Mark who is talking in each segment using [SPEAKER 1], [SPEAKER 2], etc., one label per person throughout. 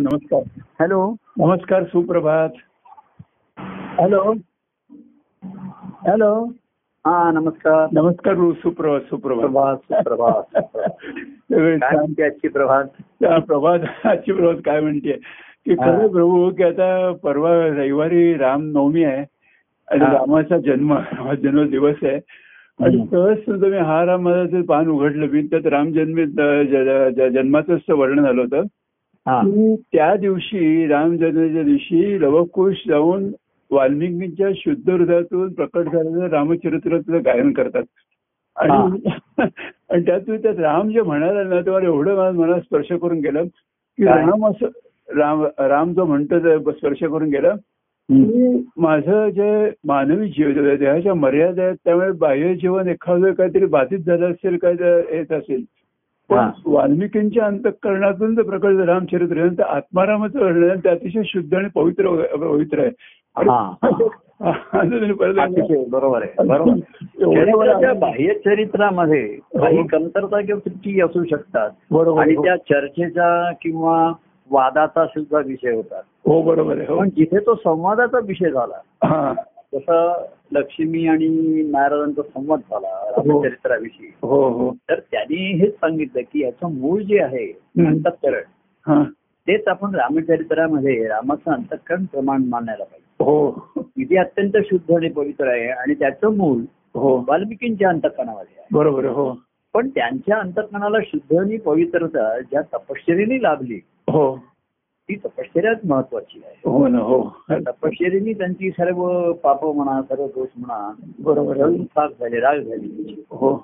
[SPEAKER 1] नमस्कार
[SPEAKER 2] हॅलो
[SPEAKER 1] नमस्कार सुप्रभात हॅलो हॅलो
[SPEAKER 2] हा नमस्कार
[SPEAKER 1] नमस्कार रु सुप्रभात सुप्रभात
[SPEAKER 2] प्रभात सुप्रभात
[SPEAKER 1] सगळे
[SPEAKER 2] काय
[SPEAKER 1] छान
[SPEAKER 2] म्हणते आजची प्रभात
[SPEAKER 1] त्या प्रभात आजची प्रभात काय म्हणते की खरं
[SPEAKER 2] हा.
[SPEAKER 1] प्रभू की आता परवा रविवारी रामनवमी आहे आणि
[SPEAKER 2] हा.
[SPEAKER 1] रामाचा जन्म हा जन्म दिवस आहे आणि
[SPEAKER 2] हम्म.
[SPEAKER 1] सहज सुद्धा मी हा राम माझा जे पान उघडलं मी त्यात रामजन्मी जन्माचं वर्णन आलं होतं
[SPEAKER 2] हा
[SPEAKER 1] की त्या दिवशी रामजन्माच्या दिवशी लवकुश जाऊन वाल्मिकींच्या शुद्ध हृदयातून प्रकट झालेलं रामचरित्राचं गायन करतात आणि आणि त्यातून त्यात राम जे म्हणाला ना तेव्हा एवढं मला मनात स्पर्श करून गेलं की
[SPEAKER 2] काय?
[SPEAKER 1] राम असं राम राम जो म्हणतो ते स्पर्श करून गेला
[SPEAKER 2] हम्म.
[SPEAKER 1] की माझं जे मानवी जीव जे आहे, देहाच्या मर्यादा आहेत त्यामुळे बाह्य जीवन एखादं काहीतरी बाधित झालं असेल काय तर येत असेल पण
[SPEAKER 2] हा.
[SPEAKER 1] वाल्मिकींच्या अंतकरणातून जे प्रकट झालं रामचरित्र आहे, ते आत्मारामाचं वर्णन ते अतिशय शुद्ध आणि पवित्र पवित्र आहे आणि- असं त्यांनी परत एकदा-
[SPEAKER 2] अतिशय बरोबर आहे बरोबर चरित्राच्या बाह्य चरित्रामध्ये काही कमतरता किंवा त्रुटी असू शकतात
[SPEAKER 1] बरोबर
[SPEAKER 2] आणि
[SPEAKER 1] हो.
[SPEAKER 2] त्या चर्चेचा किंवा वादाचा सुद्धा विषय होता
[SPEAKER 1] हो बरोबर आहे हो
[SPEAKER 2] पण जिथे तो संवादाचा विषय झाला
[SPEAKER 1] हा.
[SPEAKER 2] जसं लक्ष्मी आणि नारदांचा संवाद झाला रामचरित्राविषयी
[SPEAKER 1] हो हो
[SPEAKER 2] तर त्यांनी हेच सांगितलं की याचं मूळ जे आहे
[SPEAKER 1] हम्म.
[SPEAKER 2] अंतःकरण
[SPEAKER 1] हा.
[SPEAKER 2] तेच आपण रामचरित्रामध्ये रामाचं अंतःकरण प्रमाण मानायला पाहिजे
[SPEAKER 1] हो
[SPEAKER 2] इथे अत्यंत शुद्ध आणि पवित्र आहे आणि त्याचं मूल
[SPEAKER 1] हो
[SPEAKER 2] वाल्मिकींच्या अंतःकरणामध्ये आहे
[SPEAKER 1] बरोबर आहे, हो
[SPEAKER 2] पण त्यांच्या अंतःकरणाला शुद्ध आणि पवित्रता ज्या तपश्चरीने लाभली
[SPEAKER 1] हो
[SPEAKER 2] ती तपश्चर्याच महत्वाची आहे
[SPEAKER 1] हो ना हो
[SPEAKER 2] तपश्चरीने त्यांची सर्व पाप म्हणा सर्व दोष म्हणा
[SPEAKER 1] बरोबर आहे.
[SPEAKER 2] जळून साफ झाले राग झाली
[SPEAKER 1] हो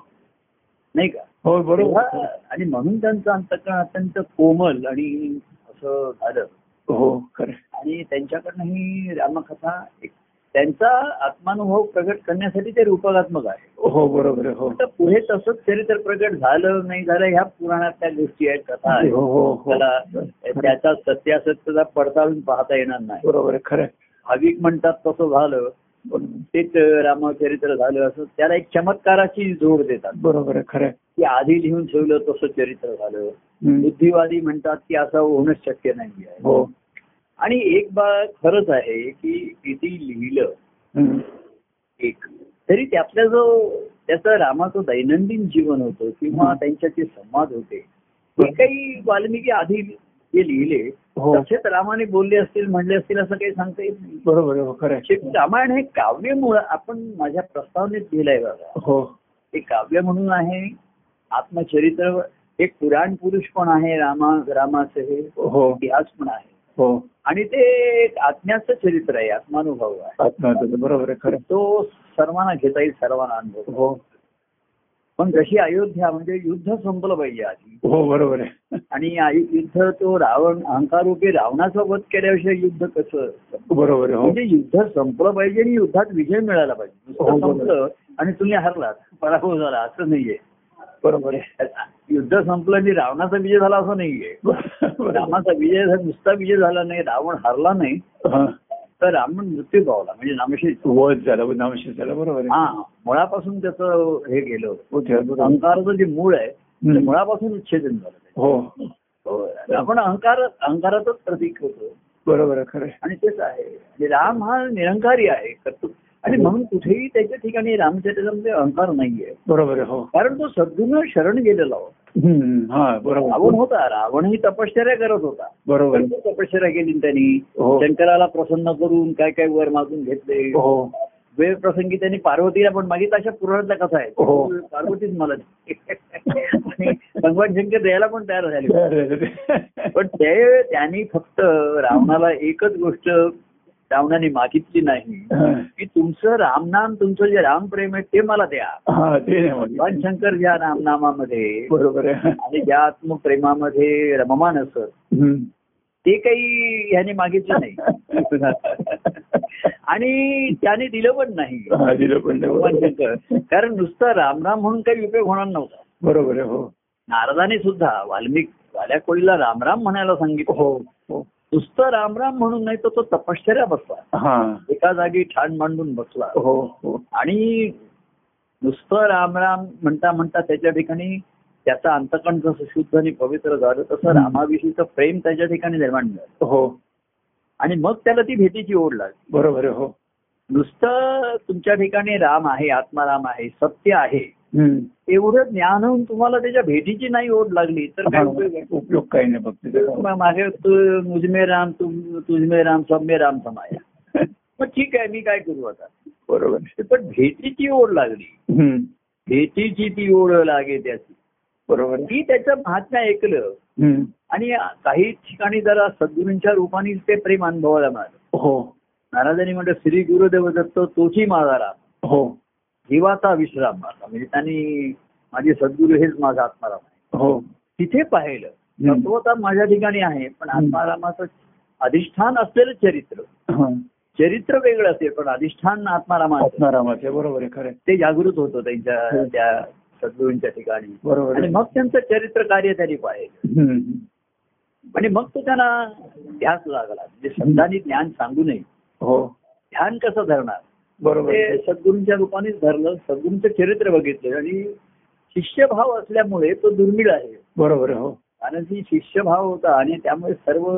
[SPEAKER 2] नाही का
[SPEAKER 1] हो बरोबर
[SPEAKER 2] तेव्हा- आणि म्हणून त्यांचं अंतःकरण अत्यंत कोमल आणि असं झालं
[SPEAKER 1] हो खरं आहे.
[SPEAKER 2] आणि त्यांच्याकडनं ही रामकथा एक- त्यांचा आत्मानुभव प्रगट करण्यासाठी ते रूपकात्मक आहे
[SPEAKER 1] हो बरोबर आहे, हो
[SPEAKER 2] आता पुढे तसंच चरित्र प्रगट झालं नाही झालं ह्या पुराणातल्या गोष्टी आहेत कथा आहेत
[SPEAKER 1] हो हो
[SPEAKER 2] त्याला
[SPEAKER 1] हो
[SPEAKER 2] त्याचा सत्यासत्यता पडताळून पाहता येणार नाही
[SPEAKER 1] बरोबर आहे खरं आहे.
[SPEAKER 2] भाविक म्हणतात तसं झालं तेच रामचरित्र झालं असं त्याला एक चमत्काराची जोड देतात
[SPEAKER 1] बरोबर आहे खरं आहे.
[SPEAKER 2] की आधी लिहून ठेवलं तसं चरित्र झालं
[SPEAKER 1] हम्म.
[SPEAKER 2] बुद्धिवादी म्हणतात की असं होणंच शक्य नाही आहे
[SPEAKER 1] हो
[SPEAKER 2] आणि एक बाब खरंच आहे की किती लिहिलं
[SPEAKER 1] हम्म.
[SPEAKER 2] एक तरी त्यातला जो त्याचा रामाचं दैनंदिन जीवन होतं किंवा
[SPEAKER 1] हं.
[SPEAKER 2] त्यांच्या जे संवाद होते ते काही वाल्मिकी आधी जे लिहिले
[SPEAKER 1] हो
[SPEAKER 2] तसेच रामाने बोलले असतील म्हणले असतील असं काही सांगता येत नाही
[SPEAKER 1] बरोबर आहे, हो खरं
[SPEAKER 2] शेवटी
[SPEAKER 1] आहे.
[SPEAKER 2] रामायण हे काव्य मुळं आपण माझ्या प्रस्तावनेत लिहिलंय बघा
[SPEAKER 1] हो
[SPEAKER 2] हे काव्य म्हणून आहे आत्मचरित्र एक पुराण पुरुष पण आहे रामा रामाचं हे
[SPEAKER 1] हो
[SPEAKER 2] इतिहास पण आहे
[SPEAKER 1] हो
[SPEAKER 2] आणि ते एक आत्म्याचं चरित्र आहे आत्मानुभव आहे
[SPEAKER 1] आत्महत्या बरोबर आहे खरं आहे.
[SPEAKER 2] तो सर्वांना घेता येईल सर्वांना अनुभव
[SPEAKER 1] हो
[SPEAKER 2] पण जशी अयोध्या म्हणजे युद्ध संपलं पाहिजे आधी
[SPEAKER 1] हो बरोबर आहे
[SPEAKER 2] आणि आय- युद्ध तो रावण अहंकारूपी रावणाचा वध केल्याविषयी युद्ध कसं
[SPEAKER 1] बरोबर आहे,
[SPEAKER 2] म्हणजे युद्ध संपलं पाहिजे आणि युद्धात विजय मिळाला पाहिजे
[SPEAKER 1] हो,
[SPEAKER 2] युद्ध
[SPEAKER 1] बरोबर.
[SPEAKER 2] संपलं आणि तुम्ही हरलात पराभव झाला असं नाहीये
[SPEAKER 1] हो बरोबर आहे
[SPEAKER 2] युद्ध संपलं आणि रावणाचा विजय झाला असं नाहीये
[SPEAKER 1] बरोबर आहे.
[SPEAKER 2] रामाचा विजय झा- नुसता विजय झाला नाही रावण हरला नाही
[SPEAKER 1] हा.
[SPEAKER 2] तर रावण मृत्यू पावला म्हणजे नामशेष झाला.
[SPEAKER 1] वध झाला नामशेष झाला बरोबर आहे
[SPEAKER 2] हा मुळापासून त्याचं हे गेलं होतं
[SPEAKER 1] हो, ठेवा, बरोबर आहे.
[SPEAKER 2] अहंकाराचं जे मूळ आहे ते
[SPEAKER 1] हम्म.
[SPEAKER 2] मुळापासून उच्छेदन झालं त्याचं.
[SPEAKER 1] हो
[SPEAKER 2] हो. आपण अहंकार अहंकाराचंच प्रतीक होतो
[SPEAKER 1] बरोबर आहे खरं आहे.
[SPEAKER 2] आणि तेच आहे आणि राम हा निरंकारी आहे कर्तृ आणि
[SPEAKER 1] हो.
[SPEAKER 2] म्हणून कुठेही त्याच्या ठिकाणी रामचरित्रामध्ये अहंकार नाहीये
[SPEAKER 1] बरोबर आहे हो
[SPEAKER 2] कारण तो सद्गुण शरण गेलेला होता
[SPEAKER 1] हम्म, हा बरोबर
[SPEAKER 2] रावण होता रावण ही तपश्चर्या करत होता
[SPEAKER 1] बरोबर आहे.
[SPEAKER 2] भरपूर तपश्चर्या केली त्यांनी
[SPEAKER 1] हो.
[SPEAKER 2] शंकराला प्रसन्न करून काय काय वर मागून घेतले
[SPEAKER 1] हो
[SPEAKER 2] वेळ प्रसंगी त्यांनी पार्वतीला पण मागितलं अशा पुराणातल्या कथा
[SPEAKER 1] हो.
[SPEAKER 2] आहेत पार्वतीच मला दे. आणि भगवान शंकर द्यायला पण तयार झाले पण ते त्यांनी फक्त रावणाला एकच गोष्ट रावणाने मागितली नाही की तुमचं रामनाम तुमचं जे रामप्रेम आहे ते मला द्या
[SPEAKER 1] हा ते नाही
[SPEAKER 2] भगवान
[SPEAKER 1] म्हणलं.
[SPEAKER 2] शंकर ज्या रामनामामध्ये
[SPEAKER 1] बरोबर आहे
[SPEAKER 2] आणि ज्या आत्मप्रेमामध्ये रममान असत
[SPEAKER 1] हम्म.
[SPEAKER 2] ते काही ह्याने मागितलं नाही आणि त्याने दिलं पण नाही
[SPEAKER 1] हा, दिलं पण नाही.
[SPEAKER 2] भगवान
[SPEAKER 1] बरोबर आहे.
[SPEAKER 2] शंकर कारण नुसतं रामराम म्हणून काही उपयोग होणार नव्हता
[SPEAKER 1] बरोबर आहे हो
[SPEAKER 2] नारदाने सुद्धा वाल्मिक वाल्या कोळीला रामराम म्हणायला सांगितलं
[SPEAKER 1] हो हो
[SPEAKER 2] नुसतं रामराम म्हणून नाही तर तो तपश्चर्या बसला
[SPEAKER 1] हा
[SPEAKER 2] एका जागी ठाण मांडून बसला
[SPEAKER 1] हो हो
[SPEAKER 2] आणि नुसतं रामराम म्हणता म्हणता त्याच्या ठिकाणी त्याचं अंतकण जसं शुद्ध आणि पवित्र झालं तसं
[SPEAKER 1] हम्म.
[SPEAKER 2] रामाविषयीचं प्रेम त्याच्या ठिकाणी निर्माण झालं
[SPEAKER 1] हो
[SPEAKER 2] आणि मग त्याला ती भेटीची ओढ लागली
[SPEAKER 1] बरोबर आहे हो
[SPEAKER 2] नुसतं तुमच्या ठिकाणी राम आहे आत्माराम आहे सत्य आहे
[SPEAKER 1] हम्म.
[SPEAKER 2] एवढं ज्ञान होऊन तुम्हाला त्याच्या भेटीची नाही ओढ लागली तर काय उपयोग आहे?
[SPEAKER 1] उपयोग काही नाही फक्त त्याचा.
[SPEAKER 2] मग मागे तु- मुझमे राम तुम तुझमे राम सबमे राम समाया मग ठीक आहे मी काय करू आता
[SPEAKER 1] बरोबर आहे.
[SPEAKER 2] पण भेटीची ओढ लागली
[SPEAKER 1] हम्म.
[SPEAKER 2] भेटीची ती ओढ लागे त्याची
[SPEAKER 1] बरोबर आहे.
[SPEAKER 2] ती त्याचं महात्म्य ऐकलं
[SPEAKER 1] हम्म.
[SPEAKER 2] आणि काही ठिकाणी जरा सद्गुरूंच्या रूपाने ते प्रेम अनुभवायला मिळालं
[SPEAKER 1] हो
[SPEAKER 2] महाराजांनी म्हटलं श्री गुरुदेव दत्त तोची माझा राम
[SPEAKER 1] हो
[SPEAKER 2] जीवाचा विश्राम माझा म्हणजे त्यांनी माझे सद्गुरू हेच माझा आत्माराम आहे
[SPEAKER 1] हो
[SPEAKER 2] तिथे पाहिलं
[SPEAKER 1] हम्म.
[SPEAKER 2] तत्वता माझ्या ठिकाणी आहे पण
[SPEAKER 1] हम्म.
[SPEAKER 2] आत्मारामाचं अधिष्ठान असलेलं चरित्र
[SPEAKER 1] हा.
[SPEAKER 2] चरित्र वेगळं असेल पण अधिष्ठान आत्मारामाचं
[SPEAKER 1] आत्मारामाचे बरोबर आहे खरं आहे.
[SPEAKER 2] ते जागृत होतं त्यांच्या
[SPEAKER 1] हो.
[SPEAKER 2] त्या सद्गुरूंच्या ठिकाणी
[SPEAKER 1] बरोबर आहे.
[SPEAKER 2] आणि मग त्यांचं चरित्र कार्य त्यांनी पाहिलं
[SPEAKER 1] हम्म.
[SPEAKER 2] आणि मग तो त्यांना ध्यास लागला म्हणजे शब्दांनी ज्ञान सांगू नये
[SPEAKER 1] हो
[SPEAKER 2] ध्यान कसं धरणार
[SPEAKER 1] बरोबर
[SPEAKER 2] ते
[SPEAKER 1] आहे.
[SPEAKER 2] सद्गुरूंच्या रूपानेच धरलं सद्गुरूंचं चरित्र बघितलं आणि शिष्यभाव असल्यामुळे तो दुर्मिळ आहे
[SPEAKER 1] बरोबर आहे. हो
[SPEAKER 2] कारण की शिष्यभाव होता आणि त्यामुळे सर्व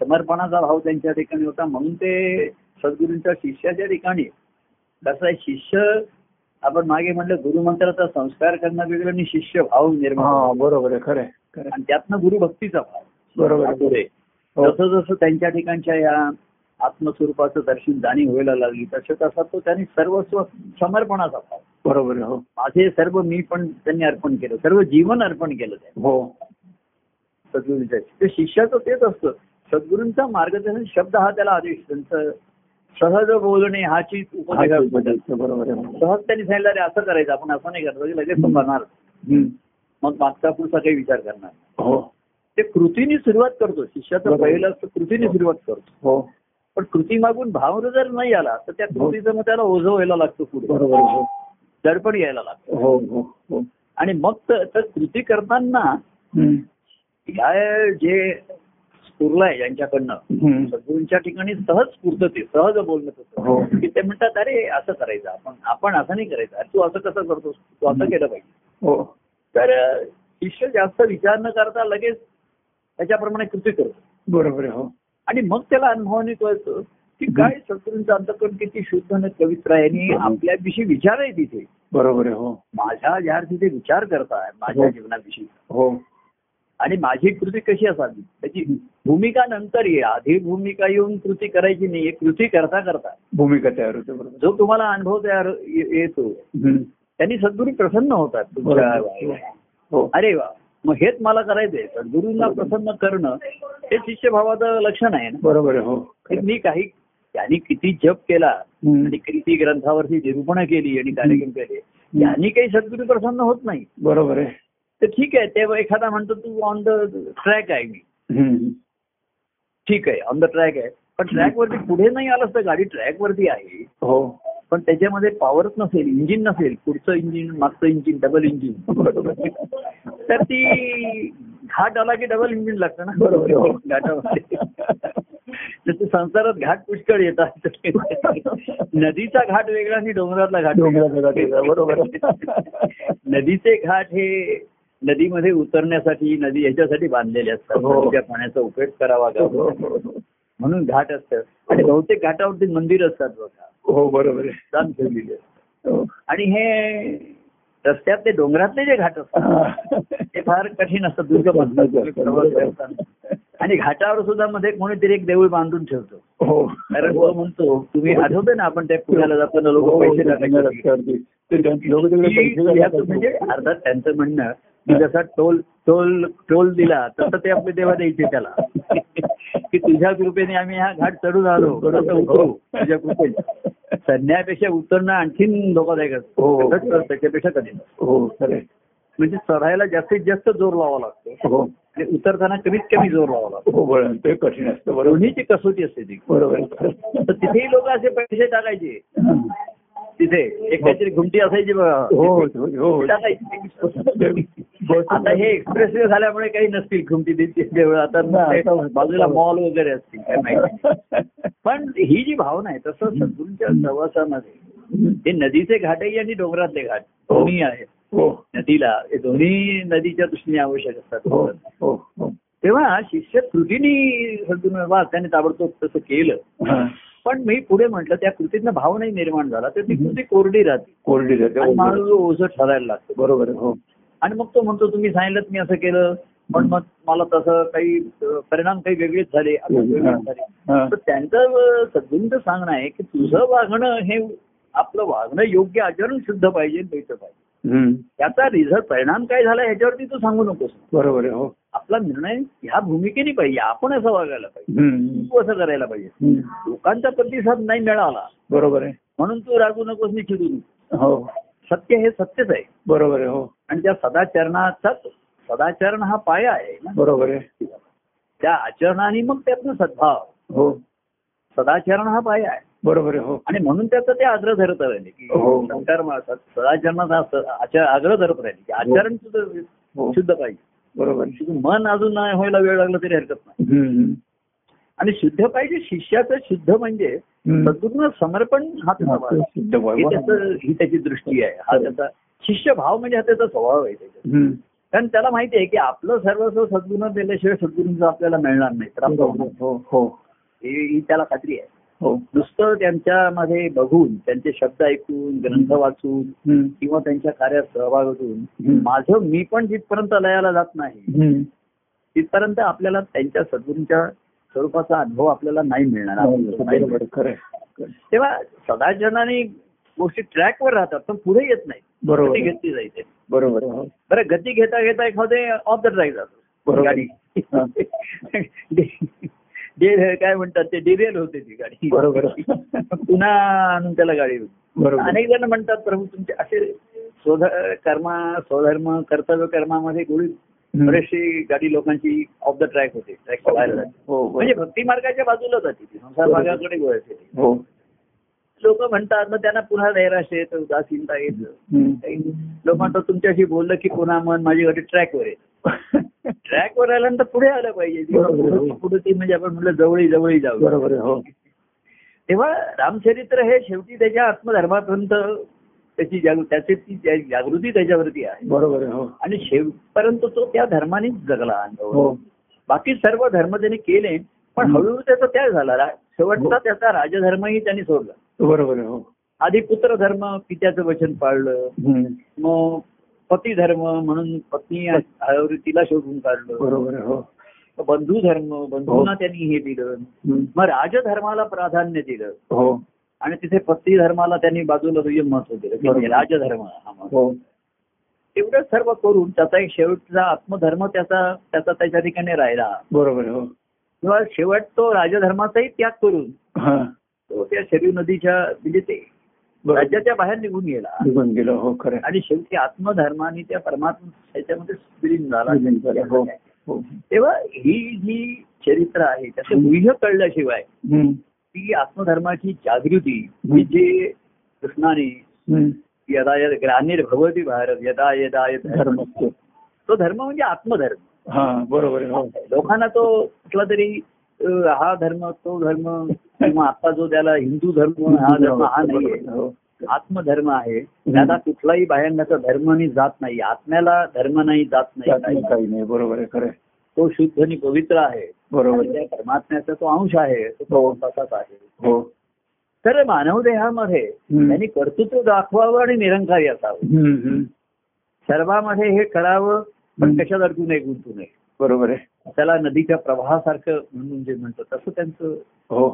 [SPEAKER 2] समर्पणाचा भाव त्यांच्या ठिकाणी होता म्हणून ते सद्गुरूंच्या शिष्याच्या ठिकाणी कसं आहे शिष्य आपण मागे म्हटलं गुरुमंत्राचा संस्कार करणं वेगळं आणि शिष्यभाव निर्माण
[SPEAKER 1] हा
[SPEAKER 2] होणं.
[SPEAKER 1] बरोबर आहे खरं आहे. खरं आहे.
[SPEAKER 2] आणि त्यातनं गुरुभक्तीचा भाव
[SPEAKER 1] बरोबर आहे.
[SPEAKER 2] पुढे
[SPEAKER 1] हो.
[SPEAKER 2] जसं जसं त्यांच्या ठिकाणच्या या आत्मस्वरूपाचं दर्शन जाणीव व्हायला लागली तसं तसा तो त्यांनी सर्वस्व समर्पणाचा भाव
[SPEAKER 1] बरोबर आहे. हो
[SPEAKER 2] माझे सर्व मी पण त्यांनी अर्पण केलं सर्व जीवन अर्पण केलं त्यांनी
[SPEAKER 1] हो
[SPEAKER 2] सद्गुरूंच्या ते शिष्याचं तेच असतं सद्गुरूंचा मार्गदर्शन शब्द हा त्याला आदेश त्यांचं सहज बोलणे हाची
[SPEAKER 1] हा
[SPEAKER 2] उपदेश
[SPEAKER 1] जो बदलतो, बरोबर आहे. हो.
[SPEAKER 2] सहज त्यांनी सांगितलं अरे असं करायचं आपण असं नाही करतो लगेच तो करणार
[SPEAKER 1] हम्म.
[SPEAKER 2] मग मागचा पुढचा काही विचार करणार
[SPEAKER 1] हो
[SPEAKER 2] ते कृतीने सुरुवात करतो शिष्याचं
[SPEAKER 1] बरोबर.
[SPEAKER 2] पहिलं असतं कृतीने सुरुवात करतो
[SPEAKER 1] हो
[SPEAKER 2] पण कृती मागून भाव जर नाही आला तर त्या
[SPEAKER 1] हो.
[SPEAKER 2] कृतीचं मग त्याला ओझं व्हायला लागतो पुढे
[SPEAKER 1] बरोबर आहे.
[SPEAKER 2] दडपण यायला लागतं
[SPEAKER 1] हो हो हो हो
[SPEAKER 2] आणि मग त- तर कृती करताना
[SPEAKER 1] हम्म.
[SPEAKER 2] या जे स्फुरलाय यांच्याकडनं
[SPEAKER 1] हम्म.
[SPEAKER 2] सद्गुरूंच्या ठिकाणी सहज स्फूर्तते सहज बोलणं
[SPEAKER 1] हो.
[SPEAKER 2] होतं की ते म्हणतात अरे असं करायचं आपण आपण असं नाही करायचं अरे तू असं कसं करतोस तू असं
[SPEAKER 1] हम्म.
[SPEAKER 2] केलं पाहिजे
[SPEAKER 1] हो
[SPEAKER 2] तर अ, शिष्य जास्त विचार न करता लगेच त्याच्याप्रमाणे कृती करतो
[SPEAKER 1] बरोबर आहे. हो
[SPEAKER 2] आणि मग त्याला अनुभवाने कळतं की काय सद्गुरूंचं अंतकरण किती शुद्ध आणि पवित्र आहे आणि आपल्याविषयी विचार आहे तिथे
[SPEAKER 1] बरोबर आहे. हो
[SPEAKER 2] माझ्या ज्या अर्थी ते विचार करताय माझ्या
[SPEAKER 1] हो.
[SPEAKER 2] जीवनाविषयी
[SPEAKER 1] हो
[SPEAKER 2] आणि माझी कृती कशी असावी त्याची भूमिका नंतर ये आधी भूमिका येऊन कृती करायची नाही कृती करता करता
[SPEAKER 1] भूमिका तयार होते बरोबर
[SPEAKER 2] जो तुम्हाला अनुभव तयार ये- येतो
[SPEAKER 1] हम्म.
[SPEAKER 2] त्यांनी सद्गुरू प्रसन्न होतात
[SPEAKER 1] बरोबर.
[SPEAKER 2] तुमच्या
[SPEAKER 1] हो
[SPEAKER 2] अरे वा मग हेच मला करायचंय सद्गुरूंना प्रसन्न करणं हे शिष्यभावाचं लक्षण आहे ना
[SPEAKER 1] बरोबर आहे. हो
[SPEAKER 2] हे मी काही त्यांनी किती जप केला
[SPEAKER 1] हम्म.
[SPEAKER 2] आणि किती ग्रंथावरती निरूपणं केली आणि कार्यक्रम केले यांनी काही सद्गुरू प्रसन्न होत नाही
[SPEAKER 1] बरोबर आहे
[SPEAKER 2] तर ठीक आहे तेव्हा एखादा म्हणतो तू ऑन द ट्रॅक आहे मी
[SPEAKER 1] हम्म.
[SPEAKER 2] ठीक आहे ऑन द ट्रॅक आहे पण ट्रॅकवरती पुढे नाही आलास तर गाडी ट्रॅकवरती आहे
[SPEAKER 1] हो
[SPEAKER 2] पण त्याच्यामध्ये पॉवरच नसेल इंजिन नसेल पुढचं इंजिन मागचं इंजिन डबल इंजिन
[SPEAKER 1] बरोबर आहे.
[SPEAKER 2] तर ती घाट आला की डबल इंजिन लागतं
[SPEAKER 1] बरोबर आहे.
[SPEAKER 2] ना
[SPEAKER 1] हो.
[SPEAKER 2] घाटामध्ये जसं संसारात घाट पुष्कळ येतात नदीचा घाट वेगळा आणि डोंगरातला घाट
[SPEAKER 1] डोंगराचा घाट वेगळा, बरोबर आहे.
[SPEAKER 2] नदीचे घाट हे नदीमध्ये उतरण्यासाठी नदी याच्यासाठी बांधलेले असतात
[SPEAKER 1] हो.
[SPEAKER 2] नदीच्या पाण्याचा उपयोग करावा
[SPEAKER 1] हो,
[SPEAKER 2] गाव
[SPEAKER 1] हो, हो.
[SPEAKER 2] म्हणून घाट असतं आणि बहुतेक घाटावरती मंदिर असतात बघा
[SPEAKER 1] हो बरोबर आहे
[SPEAKER 2] जाम ठेवलेली असतात
[SPEAKER 1] हो.
[SPEAKER 2] आणि हे रस्त्यातले डोंगरातले जे घाट असतात
[SPEAKER 1] हा.
[SPEAKER 2] ते फार कठीण असतात दुर्गम असतात प्रवास करताना. आणि घाटावर सुद्धा मध्ये कोणीतरी एक देऊळ बांधून ठेवतो
[SPEAKER 1] हो
[SPEAKER 2] कारण तो म्हणतो तुम्ही आठवते ना आपण त्या पुण्याला जाताना लोक
[SPEAKER 1] हो,
[SPEAKER 2] पैसे
[SPEAKER 1] हो,
[SPEAKER 2] टाकायचे.
[SPEAKER 1] रस्त्यावरती. ते त्यांचे- लोकं तिकडे
[SPEAKER 2] की
[SPEAKER 1] पैसे हो.
[SPEAKER 2] याचं
[SPEAKER 1] घालतात.
[SPEAKER 2] म्हणजे अर्थात त्यांचं म्हणणं की जसा टोल टोल टोल दिला तसं ते आपले देवा द्यायचे त्याला की तुझ्या कृपेने आम्ही हा घाट चढून आलो
[SPEAKER 1] बरोबर.
[SPEAKER 2] आता उतरू तुझ्या कृपेने चढण्यापेक्षा उतरणं आणखीन धोकादायक
[SPEAKER 1] हो.
[SPEAKER 2] असतं तसंच तर त्याच्यापेक्षा कधी नाही.
[SPEAKER 1] हो खरं आहे.
[SPEAKER 2] म्हणजे चढायला जास्तीत जास्त जोर लावावा लागतो
[SPEAKER 1] हो
[SPEAKER 2] आणि उतरताना कमीत कमी जोर लावावा लागतो
[SPEAKER 1] हो बरं ते कठीण असतं बरोबर
[SPEAKER 2] दोन्हीची कसोटी असते ती
[SPEAKER 1] बरोबर आहे. खरं
[SPEAKER 2] तर
[SPEAKER 1] आहे.
[SPEAKER 2] तिथेही लोक असे पैसे टाकायचे तिथे एक काहीतरी घुमटी असायची बघा
[SPEAKER 1] हो हो हो
[SPEAKER 2] टाकायची आता हे एक्सप्रेस वे झाल्यामुळे काही नसतील घुमटी देतील देवळं. आता
[SPEAKER 1] नाही, आता होतं.
[SPEAKER 2] बाजूला मॉल वगैरे असतील काय माहिती पण ही जी भावना आहे तसं सद्गुरूंच्या प्रवासामध्ये हे नदीचे घाटही आणि डोंगरातले घाट दोन्ही आहेत
[SPEAKER 1] हो
[SPEAKER 2] नदीला हे दोन्ही नदीच्या दृष्टीने आवश्यक
[SPEAKER 1] हो
[SPEAKER 2] असतात
[SPEAKER 1] हो हो
[SPEAKER 2] तेव्हा शिष्य त्रुटीने सद्गुण वा त्याने ताबडतोब तसं केलं
[SPEAKER 1] हा.
[SPEAKER 2] पण मी पुढे म्हटलं त्या कृतीतनं भाव नाही निर्माण झाला तर ती कृती कोरडी राहते
[SPEAKER 1] कोरडी जाते
[SPEAKER 2] आणि
[SPEAKER 1] हो,
[SPEAKER 2] माणूस ओझं ठरायला लागतो
[SPEAKER 1] बरोबर आहे, हो
[SPEAKER 2] आणि मग तो म्हणतो तुम्ही सांगितलं मी असं केलं पण मग मला तसं काही अं, परिणाम काही वेगळेच झाले आता वेगळेच झाले
[SPEAKER 1] हा.
[SPEAKER 2] तर त्यांचं अं, सद्गुणचं सांगणं आहे की तुझं वागणं हे आपलं वागणं योग्य आचरण शुद्ध पाहिजे द्यायचं पाहिजे
[SPEAKER 1] हम्म.
[SPEAKER 2] त्याचा रिझल्ट परिणाम काय झाला ह्याच्यावरती तू सांगू नकोस
[SPEAKER 1] बरोबर आहे, हो
[SPEAKER 2] आपला निर्णय ह्या भूमिकेने पाहिजे आपण असं वागायला पाहिजे
[SPEAKER 1] हम्म.
[SPEAKER 2] तू असं करायला पाहिजे
[SPEAKER 1] हम्म.
[SPEAKER 2] लोकांचा प्रतिसाद नाही मिळाला
[SPEAKER 1] बरोबर आहे
[SPEAKER 2] म्हणून तू रागू नकोस मी चिडू नको
[SPEAKER 1] हो
[SPEAKER 2] सत्य हे सत्यच आहे
[SPEAKER 1] बरोबर आहे हो
[SPEAKER 2] आणि त्या सदाचरणाचाच सदाचरण हा पाया आहे ना
[SPEAKER 1] बरोबर आहे
[SPEAKER 2] त्या आचरणाने मग त्यातनं सद्भाव
[SPEAKER 1] हो
[SPEAKER 2] सदाचरण हा पाया आहे
[SPEAKER 1] बरोबर आहे हो
[SPEAKER 2] आणि म्हणून त्याचं ते आग्रह धरत राहिले की
[SPEAKER 1] हो.
[SPEAKER 2] संकार माणसात सदाचरणाचा स- आचार आग्रह धरत राहिले की आचरण तुझं
[SPEAKER 1] हो
[SPEAKER 2] शुद्ध पाहिजे
[SPEAKER 1] बरोबर आहे.
[SPEAKER 2] तुझं मन अजून नाही व्हायला वेळ लागला तरी हरकत नाही
[SPEAKER 1] हम्म.
[SPEAKER 2] आणि शुद्ध पाहिजे शिष्याचं शुद्ध म्हणजे
[SPEAKER 1] हम्म.
[SPEAKER 2] सद्गुरूंना समर्पण हा
[SPEAKER 1] हा,
[SPEAKER 2] तुझा भाव
[SPEAKER 1] ते
[SPEAKER 2] आहे.
[SPEAKER 1] सिद्ध व्हावं.
[SPEAKER 2] हे त्याचं ही त्याची दृष्टी आहे हा त्याचा शिष्य भाव म्हणजे हा त्याचा स्वभाव आहे त्याचा
[SPEAKER 1] हम्म.
[SPEAKER 2] कारण त्याला माहिती आहे की आपलं सर्वस्व सद्गुण दिल्याशिवाय सद्गुरूंचं आपल्याला मिळणार नाही तर आपलं
[SPEAKER 1] बरोबर
[SPEAKER 2] होणार
[SPEAKER 1] आहे, हो हो
[SPEAKER 2] नाही. ही ही त्याला खात्री आहे
[SPEAKER 1] हो
[SPEAKER 2] नुसतं त्यांच्यामध्ये बघून त्यांचे शब्द ऐकून ग्रंथ वाचून
[SPEAKER 1] हम्म.
[SPEAKER 2] किंवा त्यांच्या कार्यात सहभाग होऊन
[SPEAKER 1] हम्म.
[SPEAKER 2] माझं मी पण जिथपर्यंत लयाला जात नाही
[SPEAKER 1] हम्म.
[SPEAKER 2] तिथपर्यंत आपल्याला त्यांच्या सद्गुरूंच्या स्वरूपाचा अनुभव आपल्याला नाही मिळणार आपल्याला नाही
[SPEAKER 1] बरोबर
[SPEAKER 2] मिळणार.
[SPEAKER 1] आहे, खरं आहे. खरं आहे.
[SPEAKER 2] तेव्हा सदाजनाने गोष्टी ट्रॅकवर राहतात पण पुढे येत नाही
[SPEAKER 1] बरोबर
[SPEAKER 2] गती
[SPEAKER 1] आहे,
[SPEAKER 2] घेतली जायचे
[SPEAKER 1] बरोबर आहे, हो.
[SPEAKER 2] बरं गती घेता घेता एखादे ऑफ द ट्रॅक जातो
[SPEAKER 1] बरोबर.
[SPEAKER 2] गाडी डे- काय म्हणतात ते डिरेल होते ती गाडी
[SPEAKER 1] बरोबर आहे.
[SPEAKER 2] पुन्हा आणून त्याला गाडी होती
[SPEAKER 1] बरोबर आहे.
[SPEAKER 2] अनेक जण म्हणतात प्रभू तुमचे असे स्वध कर्म स्वधर्म कर्तव्य कर्मामध्ये गोळी
[SPEAKER 1] हम्म.
[SPEAKER 2] बरेचशी गाडी लोकांची ऑफ द ट्रॅक होते ट्रॅकच्या बाहेर जाते
[SPEAKER 1] हो हो.
[SPEAKER 2] म्हणजे भक्ती मार्गाच्या बाजूला जाते ती संसार
[SPEAKER 1] बरोबर.
[SPEAKER 2] मार्गाकडे गोळायची
[SPEAKER 1] हो
[SPEAKER 2] लोक म्हणतात मग त्यांना पुन्हा नैराश येत उदासीनता येत
[SPEAKER 1] हम्म.
[SPEAKER 2] काही लोक म्हणतात तुमच्याशी बोललं की पुन्हा मन माझ्याकडे ट्रॅकवर येत ट्रॅकवर आल्यानंतर पुढे आलं पाहिजे
[SPEAKER 1] बरोबर, बरोबर.
[SPEAKER 2] पुढे ती म्हणजे आपण म्हटलं जवळी जवळी जाऊ
[SPEAKER 1] बरोबर आहे, हो
[SPEAKER 2] तेव्हा रामचरित्र हे शेवटी त्याच्या आत्मधर्मापर्यंत त्याची जाग त्याची ती जा- जागृती त्याच्यावरती आहे
[SPEAKER 1] बरोबर आहे, हो
[SPEAKER 2] आणि शेवपर्यंत तो त्या धर्मानेच जगला
[SPEAKER 1] हो
[SPEAKER 2] बाकी सर्व धर्म त्याने केले पण
[SPEAKER 1] हम्म.
[SPEAKER 2] हळूहळू त्याचा त्या झाला रा- शेवटचा
[SPEAKER 1] हो.
[SPEAKER 2] त्याचा राजधर्मही त्याने सोडला
[SPEAKER 1] बरोबर आहे, हो
[SPEAKER 2] आधी पुत्र धर्म पित्याचं वचन पाळलं
[SPEAKER 1] हम्म.
[SPEAKER 2] मग पती धर्म म्हणून पत्नी तिला शोधून काढलं
[SPEAKER 1] बरोबर आहे, हो
[SPEAKER 2] बंधू धर्म बंधूंना त्यांनी हे दिलं
[SPEAKER 1] हम्म.
[SPEAKER 2] मग राजधर्माला प्राधान्य दिलं
[SPEAKER 1] हो
[SPEAKER 2] आणि तिथे पती धर्माला त्यांनी बाजूला दुय्यम महत्व दिलं की
[SPEAKER 1] बरोबर.
[SPEAKER 2] राजधर्म हा महत्त्व.
[SPEAKER 1] हो
[SPEAKER 2] एवढं सर्व करून त्याचा एक शेवटचा आत्मधर्म त्याचा त्याचा त्याच्या ठिकाणी राहिला
[SPEAKER 1] बरोबर आहे, हो
[SPEAKER 2] किंवा शेवट तो राजधर्माचाही त्याग करून
[SPEAKER 1] हा
[SPEAKER 2] तो त्या शरीर नदीच्या म्हणजे ते
[SPEAKER 1] बरोबर
[SPEAKER 2] राज्याच्या बाहेर निघून गेला
[SPEAKER 1] निघून गेलं हो खरं आहे.
[SPEAKER 2] आणि शेवटी आत्मधर्माने त्या परमात्मा ह्याच्यामध्ये विलीन
[SPEAKER 1] निघून गेलं, हो
[SPEAKER 2] झाला
[SPEAKER 1] हो
[SPEAKER 2] तेव्हा ही जी चरित्र आहे त्याचं मूल्य कळल्याशिवाय
[SPEAKER 1] हम्म.
[SPEAKER 2] ती आत्मधर्माची जागृती ही जे कृष्णाने
[SPEAKER 1] हम्म.
[SPEAKER 2] यदा यदा ग्रामीण भगवती भारत यदा यदा यदा-
[SPEAKER 1] धर्म असतो.
[SPEAKER 2] तो धर्म म्हणजे आत्मधर्म
[SPEAKER 1] हा बरोबर आहे, हो
[SPEAKER 2] लोकांना तो कुठला तरी अ, हा धर्म तो धर्म किंवा आता जो त्याला हिंदू धर्म हा धर्म हा नाहीये
[SPEAKER 1] हो.
[SPEAKER 2] आत्मधर्म आहे त्याला कुठलाही बाह्यांगाचा धर्म आणि जात नाही आत्म्याला धर्म नाही जात नाही
[SPEAKER 1] त्यात नाही
[SPEAKER 2] काही.
[SPEAKER 1] काही नाही बरोबर आहे खरं आहे.
[SPEAKER 2] तो शुद्ध आणि पवित्र आहे
[SPEAKER 1] बरोबर
[SPEAKER 2] आणि
[SPEAKER 1] आहे.
[SPEAKER 2] त्या परमात्म्याचा तो अंश आहे तो प्रवासाचाच आहे
[SPEAKER 1] हो
[SPEAKER 2] तर मानव देहामध्ये
[SPEAKER 1] हम्म.
[SPEAKER 2] त्यांनी कर्तृत्व दाखवावं आणि निरंकारी असावं
[SPEAKER 1] हम्म, हम्म.
[SPEAKER 2] सर्वामध्ये हे कळावं पण
[SPEAKER 1] हम्म.
[SPEAKER 2] कशात अडकू नये गुंतू नये
[SPEAKER 1] बरोबर आहे
[SPEAKER 2] त्याला नदीच्या प्रवाहासारखं म्हणून जे म्हणतो तसं त्यांचं
[SPEAKER 1] हो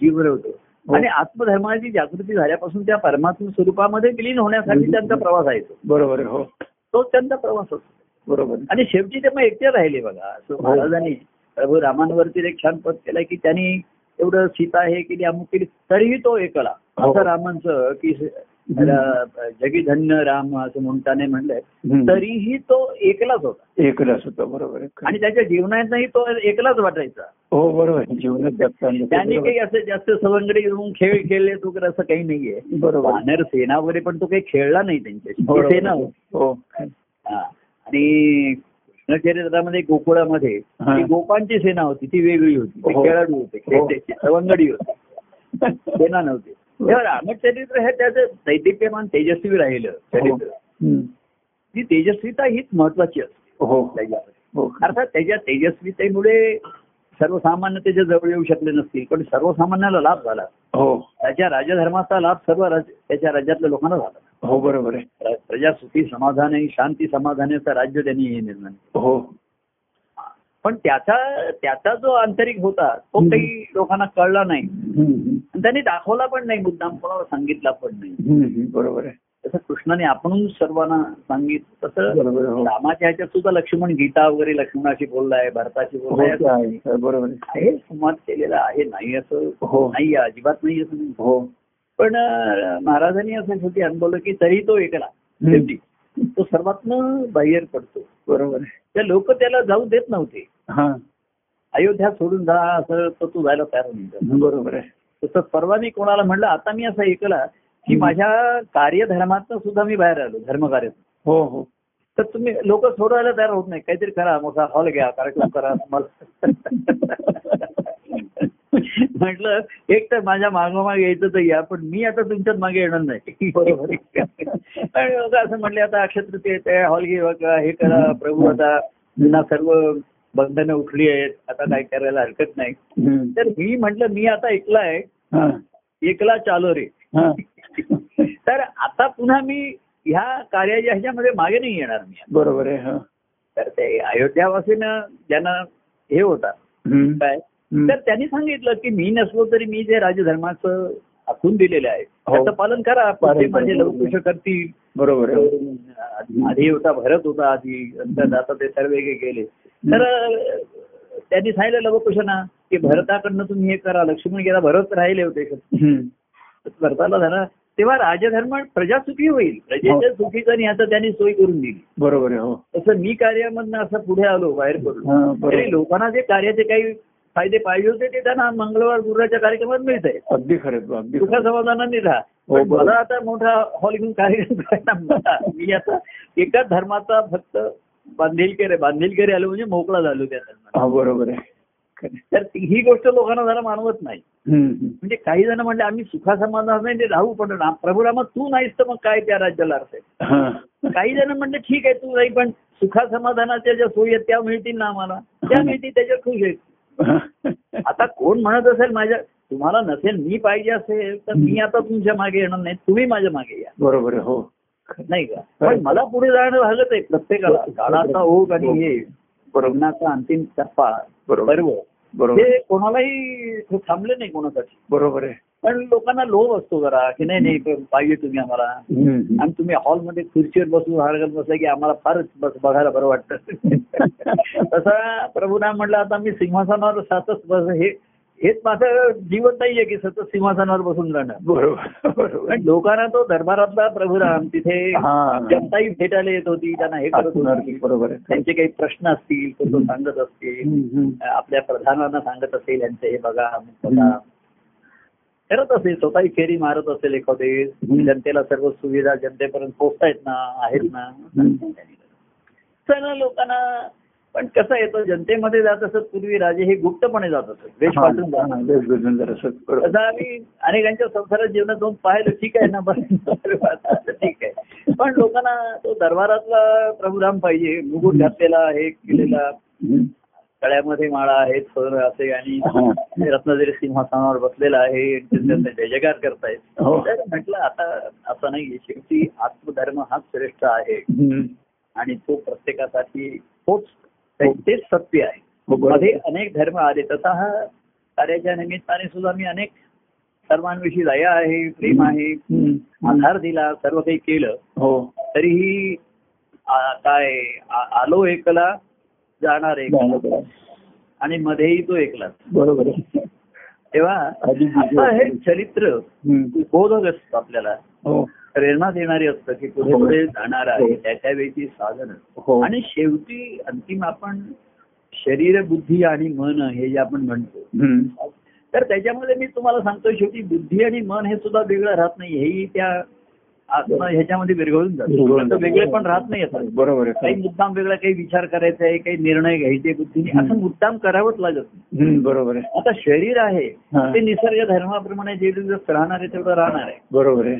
[SPEAKER 2] जीवन होतं
[SPEAKER 1] हो.
[SPEAKER 2] आणि आत्मधर्माची जागृती झाल्यापासून त्या परमात्म स्वरूपामध्ये विलीन होण्यासाठी त्यांचा प्रवास आहे तो.
[SPEAKER 1] बरोबर आहे हो
[SPEAKER 2] तो त्यांचा प्रवास असतो
[SPEAKER 1] बरोबर आहे.
[SPEAKER 2] आणि शेवटी ते मग एकटे राहिले बघा असं
[SPEAKER 1] हो.
[SPEAKER 2] महाराजांनी प्रभू रामांवरती एक छान पद केलं की त्यांनी एवढं सीता हे केली अमुक केली तरीही तो एकला
[SPEAKER 1] हो.
[SPEAKER 2] असं रामांचं की र- जगीधन्य राम असं म्हणताने म्हणलंय
[SPEAKER 1] हम्म.
[SPEAKER 2] तरीही तो एकलाच होता
[SPEAKER 1] एकलाच होता बरोबर आहे खरं आहे.
[SPEAKER 2] आणि त्याच्या जीवनातही तो एकलाच वाटायचा
[SPEAKER 1] हो बरोबर आहे जीवनात जगताना
[SPEAKER 2] त्यांनी काही असं जास्त सवंगडी येऊन खेळ खेळले तो तर असं काही नाहीये
[SPEAKER 1] बरोबर आहे.
[SPEAKER 2] वानर सेना वगैरे पण तो काही खेळला नाही त्यांच्याशी
[SPEAKER 1] बरोबर
[SPEAKER 2] ते
[SPEAKER 1] आहे.
[SPEAKER 2] सेना होती.
[SPEAKER 1] हो
[SPEAKER 2] हा. आणि कृष्णचरित्रामध्ये गोकुळामध्ये
[SPEAKER 1] हा.
[SPEAKER 2] ती गोपांची सेना होती ती वेगळी होती ते
[SPEAKER 1] हो.
[SPEAKER 2] खेळाडू होते
[SPEAKER 1] हो.
[SPEAKER 2] खेळते. सवंगडी होती सेना नव्हती
[SPEAKER 1] हो.
[SPEAKER 2] तेव्हा रामचरित्र हे त्याचं दैदिप्यमान तेजस्वी राहिलं चरित्र
[SPEAKER 1] हम्म.
[SPEAKER 2] ती तेजस्विता हीच महत्वाची असते
[SPEAKER 1] हो
[SPEAKER 2] त्याच्यामध्ये
[SPEAKER 1] हो
[SPEAKER 2] अर्थात त्याच्या तेजस्वितेमुळे सर्वसामान्य त्याच्या जवळ येऊ शकले नसतील पण सर्वसामान्याला लाभ झाला
[SPEAKER 1] हो
[SPEAKER 2] त्याच्या राजधर्माचा लाभ सर्व राज- त्याच्या राज्यातल्या लोकांना झाला
[SPEAKER 1] हो बरोबर आहे
[SPEAKER 2] प्र- प्रजा सुखी समाधान आणि शांती समाधानाचं राज्य त्यांनी हे निर्माण केलं.
[SPEAKER 1] हो
[SPEAKER 2] पण त्याचा त्याचा जो आंतरिक होता तो
[SPEAKER 1] हम्म.
[SPEAKER 2] काही लोकांना कळला नाही
[SPEAKER 1] हम्म, हम्म.
[SPEAKER 2] आणि त्यांनी दाखवला पण नाही मुद्दाम कोणाला सांगितला पण नाही
[SPEAKER 1] हम्म, हम्म. बरोबर आहे
[SPEAKER 2] जसं कृष्णाने आपण सर्वांना सांगितलं तसं
[SPEAKER 1] बरोबर आहे, हो
[SPEAKER 2] रामाच्या ह्याच्यात सुद्धा लक्ष्मण गीता वगैरे लक्ष्मणाशी बोललाय भरताशी
[SPEAKER 1] हो
[SPEAKER 2] बोललाय
[SPEAKER 1] ते आहे. हो, बरोबर आहे
[SPEAKER 2] आहे संवाद केलेला आहे नाही असं
[SPEAKER 1] हो
[SPEAKER 2] नाही अजिबात नाही असं नाही
[SPEAKER 1] हो
[SPEAKER 2] पण अं, महाराजांनी असं शेवटी अनुभवलं की तरी तो एकला
[SPEAKER 1] हम्म.
[SPEAKER 2] शेवटी तो सर्वातनं बाहेर पडतो
[SPEAKER 1] बरोबर आहे
[SPEAKER 2] ते लोक त्याला जाऊ देत नव्हते
[SPEAKER 1] हा
[SPEAKER 2] अयोध्या सोडून जा असं तर तू जायला तयार होईल
[SPEAKER 1] बरोबर आहे
[SPEAKER 2] तसं परवा मी कोणाला म्हणलं आता मी असं ऐकला की
[SPEAKER 1] हम्म.
[SPEAKER 2] माझ्या कार्यधर्मातनं सुद्धा मी बाहेर आलो धर्मकार्यात
[SPEAKER 1] हो हो
[SPEAKER 2] तर तुम्ही लोक सोडवायला तयार होत नाही काहीतरी करा मोठा हॉल घ्या कार्यक्रम करा मला म्हटलं एक तर माझ्या मागोमाग यायचं तर या पण मी आता तुमच्यात मागे येणार नाही
[SPEAKER 1] बरोबर.
[SPEAKER 2] पण लोक असं म्हणले आता अक्षय तृतीय हॉल घेऊ का हे करा प्रभू आता जुना सर्व बंधनं उठली आहेत आता काय करायला हरकत नाही
[SPEAKER 1] हम्म.
[SPEAKER 2] तर मी म्हटलं मी आता एकला आहे
[SPEAKER 1] हा,
[SPEAKER 2] एकला चालो रे
[SPEAKER 1] हा.
[SPEAKER 2] तर आता पुन्हा मी ह्या कार्याच्या ह्याच्यामध्ये मागे नाही येणार मी
[SPEAKER 1] बरोबर आहे हा
[SPEAKER 2] तर ते अयोध्यावासीनं ज्यांना हे होता
[SPEAKER 1] हम्म.
[SPEAKER 2] काय
[SPEAKER 1] हम्म.
[SPEAKER 2] तर त्यांनी सांगितलं की मी नसलो तरी मी जे राजधर्माचं आखून दिलेलं आहे
[SPEAKER 1] हो.
[SPEAKER 2] त्याचं पालन करा पण
[SPEAKER 1] पालन
[SPEAKER 2] ते
[SPEAKER 1] करा. हो.
[SPEAKER 2] माझे लोक कुशल करतील
[SPEAKER 1] बरोबर आहे हो.
[SPEAKER 2] आधी आधी होता भरत होता आधी नंतर आता ते सर्व गे- गेले तर अं, त्यांनी सांगितलं लवकुशांना की भरताकडनं तुम्ही हे करा लक्ष्मण गेला भरत राहिले होते
[SPEAKER 1] हम्म.
[SPEAKER 2] भरताला झाला तेव्हा राजधर्म प्रजा सुखी होईल प्रजेच्या
[SPEAKER 1] हो.
[SPEAKER 2] सुखीचं आणि ह्याचं त्यांनी सोय करून दिली
[SPEAKER 1] बरोबर आहे हो
[SPEAKER 2] तसं मी कार्यामधनं असं पुढे आलो बाहेर पडलो
[SPEAKER 1] हा, बरोबर
[SPEAKER 2] तरी लोकांना जे कार्याचे काही फायदे पाहिजे होते ते त्यांना मंगळवार गुरुवारच्या कार्यक्रमात मिळत आहे
[SPEAKER 1] अगदी खरं आहे तू, अगदी
[SPEAKER 2] सुखा
[SPEAKER 1] खरं आहे.
[SPEAKER 2] समाधानाने राहा
[SPEAKER 1] हो,
[SPEAKER 2] पण
[SPEAKER 1] बरोबर.
[SPEAKER 2] मला आता मोठा हॉल घेऊन कार्यक्रम करायला मला मी आता एकाच धर्माचा फक्त बांधिलकेर बांधिलकेर आलो म्हणजे मोकळा झालो त्या धर्मात
[SPEAKER 1] हा बरोबर आहे खरं आहे.
[SPEAKER 2] तर ती- ही गोष्ट लोकांना जरा मानवत नाही
[SPEAKER 1] हम्म, हम्म.
[SPEAKER 2] म्हणजे काही जण म्हणले आम्ही सुखा समाधानाने राहू पण राम प्रभू रामा तू नाहीस तर मग काय त्या राज्याला अर्थ आहे
[SPEAKER 1] हा.
[SPEAKER 2] काही जण म्हणले ठीक आहे तू नाही पण सुखा समाधानाच्या ज्या सोयी आहेत त्या मिळतील ना आम्हाला त्या मिळतील त्याच्यात खुश आहेत आता कोण म्हणत असेल माझ्या तुम्हाला नसेल मी पाहिजे असेल तर मी आता तुमच्या मागे येणार नाही तुम्ही माझ्या मागे या
[SPEAKER 1] बरोबर आहे हो
[SPEAKER 2] नाही का पण मला पुढे जाणं भागत आहे प्रत्येकाला काळाचा ओघ आणि हे कोरोनाचा अंतिम टप्पा
[SPEAKER 1] बरोबर
[SPEAKER 2] पर्व
[SPEAKER 1] बरोबर
[SPEAKER 2] हे कोणालाही थांबले नाही कोणासाठी
[SPEAKER 1] बरोबर आहे
[SPEAKER 2] पण लोकांना लोभ असतो जरा की नाही नाही पाहिजे तुम्ही आम्हाला
[SPEAKER 1] हम्म, हम्म.
[SPEAKER 2] आणि तुम्ही हॉलमध्ये खुर्चीवर बसून हरगत बसला की आम्हाला फारच बस बघायला बरं वाटतं तसा प्रभूना म्हटलं आता मी सिंहासनावर सातच बस हे हेच माझं जीवन नाहीये की सतत सिंहासनावर बसून राहणं
[SPEAKER 1] बरोबर बरोबर
[SPEAKER 2] पण लोकांना तो दरबारातला प्रभुराम तिथे
[SPEAKER 1] हा.
[SPEAKER 2] जनताही भेटायला येत होती त्यांना हे करत
[SPEAKER 1] असणार
[SPEAKER 2] होती
[SPEAKER 1] की, बरोबर आहे
[SPEAKER 2] त्यांचे काही प्रश्न असतील तो तो सांगत असतील
[SPEAKER 1] हम्म, हम्म.
[SPEAKER 2] आपल्या प्रधानांना सांगत असेल यांचं हे बघा अमुक बघा करत असेल स्वतःही फेरी मारत असेल एखादे
[SPEAKER 1] हम्म.
[SPEAKER 2] जनतेला सर्व सुविधा जनतेपर्यंत पोहोचतायत ना आहेत ना
[SPEAKER 1] हम्म.
[SPEAKER 2] सगळ्या लोकांना पण कसं येतं जनतेमध्ये जात असत पूर्वी राजे हे गुप्तपणे जात असत वेश वाटून जात
[SPEAKER 1] हा, वेश बदलून जरा असं.
[SPEAKER 2] असत.
[SPEAKER 1] बरोबर
[SPEAKER 2] तसं आम्ही अनेकांच्या संसारात जीवनात जाऊन पाहिलं ठीक आहे ना बरं बरं, ठीक आहे पण लोकांना तो दरबारातला प्रभुराम पाहिजे मुकुट घातलेला हे केलेला
[SPEAKER 1] हम्म.
[SPEAKER 2] तळ्यामध्ये माळा आहेत सर असे आणि
[SPEAKER 1] हा.
[SPEAKER 2] रत्नागिरी सिंहासनावर बसलेला आहे त्यांचा जयजयकार करतायत
[SPEAKER 1] हो.
[SPEAKER 2] तर म्हटलं आता असं नाही शेवटी आत्मधर्म हा श्रेष्ठ आहे
[SPEAKER 1] हम्म.
[SPEAKER 2] आणि तो प्रत्येकासाठी तोच तेच सत्य आहे
[SPEAKER 1] हो, बरोबर.
[SPEAKER 2] मध्ये अनेक धर्म आले तसा हा कार्याच्या निमित्ताने सुद्धा मी अनेक सर्वांविषयी दया आहे प्रेम आहे
[SPEAKER 1] हम्म.
[SPEAKER 2] आधार दिला सर्व काही केलं
[SPEAKER 1] हो
[SPEAKER 2] तरीही आ- काय आ- आलो एकला जाणार एक
[SPEAKER 1] बरोबर आहे.
[SPEAKER 2] आणि मध्येही तो एकलाच
[SPEAKER 1] बरोबर आहे
[SPEAKER 2] तेव्हा
[SPEAKER 1] आधी
[SPEAKER 2] आता हे चरित्र
[SPEAKER 1] हम्म.
[SPEAKER 2] बोधक असतं आपल्याला
[SPEAKER 1] हो
[SPEAKER 2] प्रेरणा देणारी असतं की पुढे
[SPEAKER 1] हो.
[SPEAKER 2] पुढे जाणार आहे
[SPEAKER 1] हो.
[SPEAKER 2] त्या त्या वेळची साधन
[SPEAKER 1] हो
[SPEAKER 2] आणि शेवटी अंतिम आपण शरीर बुद्धी आणि मन हे जे आपण म्हणतो
[SPEAKER 1] हम्म.
[SPEAKER 2] तर त्याच्यामध्ये मी तुम्हाला सांगतो शेवटी बुद्धी आणि मन हे सुद्धा वेगळं राहत नाही हेही त्या आत्मा ह्याच्यामध्ये विरघळून
[SPEAKER 1] हो. विरघळून
[SPEAKER 2] जातं
[SPEAKER 1] जातं. हो.
[SPEAKER 2] वेगळे पण राहत नाही येतात
[SPEAKER 1] बरोबर आहे
[SPEAKER 2] काही मुद्दाम वेगळा काही विचार करायचा आहे काही निर्णय घ्यायचे बुद्धीने असं
[SPEAKER 1] हम्म.
[SPEAKER 2] मुद्दाम करावंच लागत नाही
[SPEAKER 1] हम्म, बरोबर आहे
[SPEAKER 2] आता शरीर आहे
[SPEAKER 1] हा.
[SPEAKER 2] ते निसर्ग धर्माप्रमाणे जे दिवस राहणार आहे तेवढं राहणार आहे
[SPEAKER 1] बरोबर आहे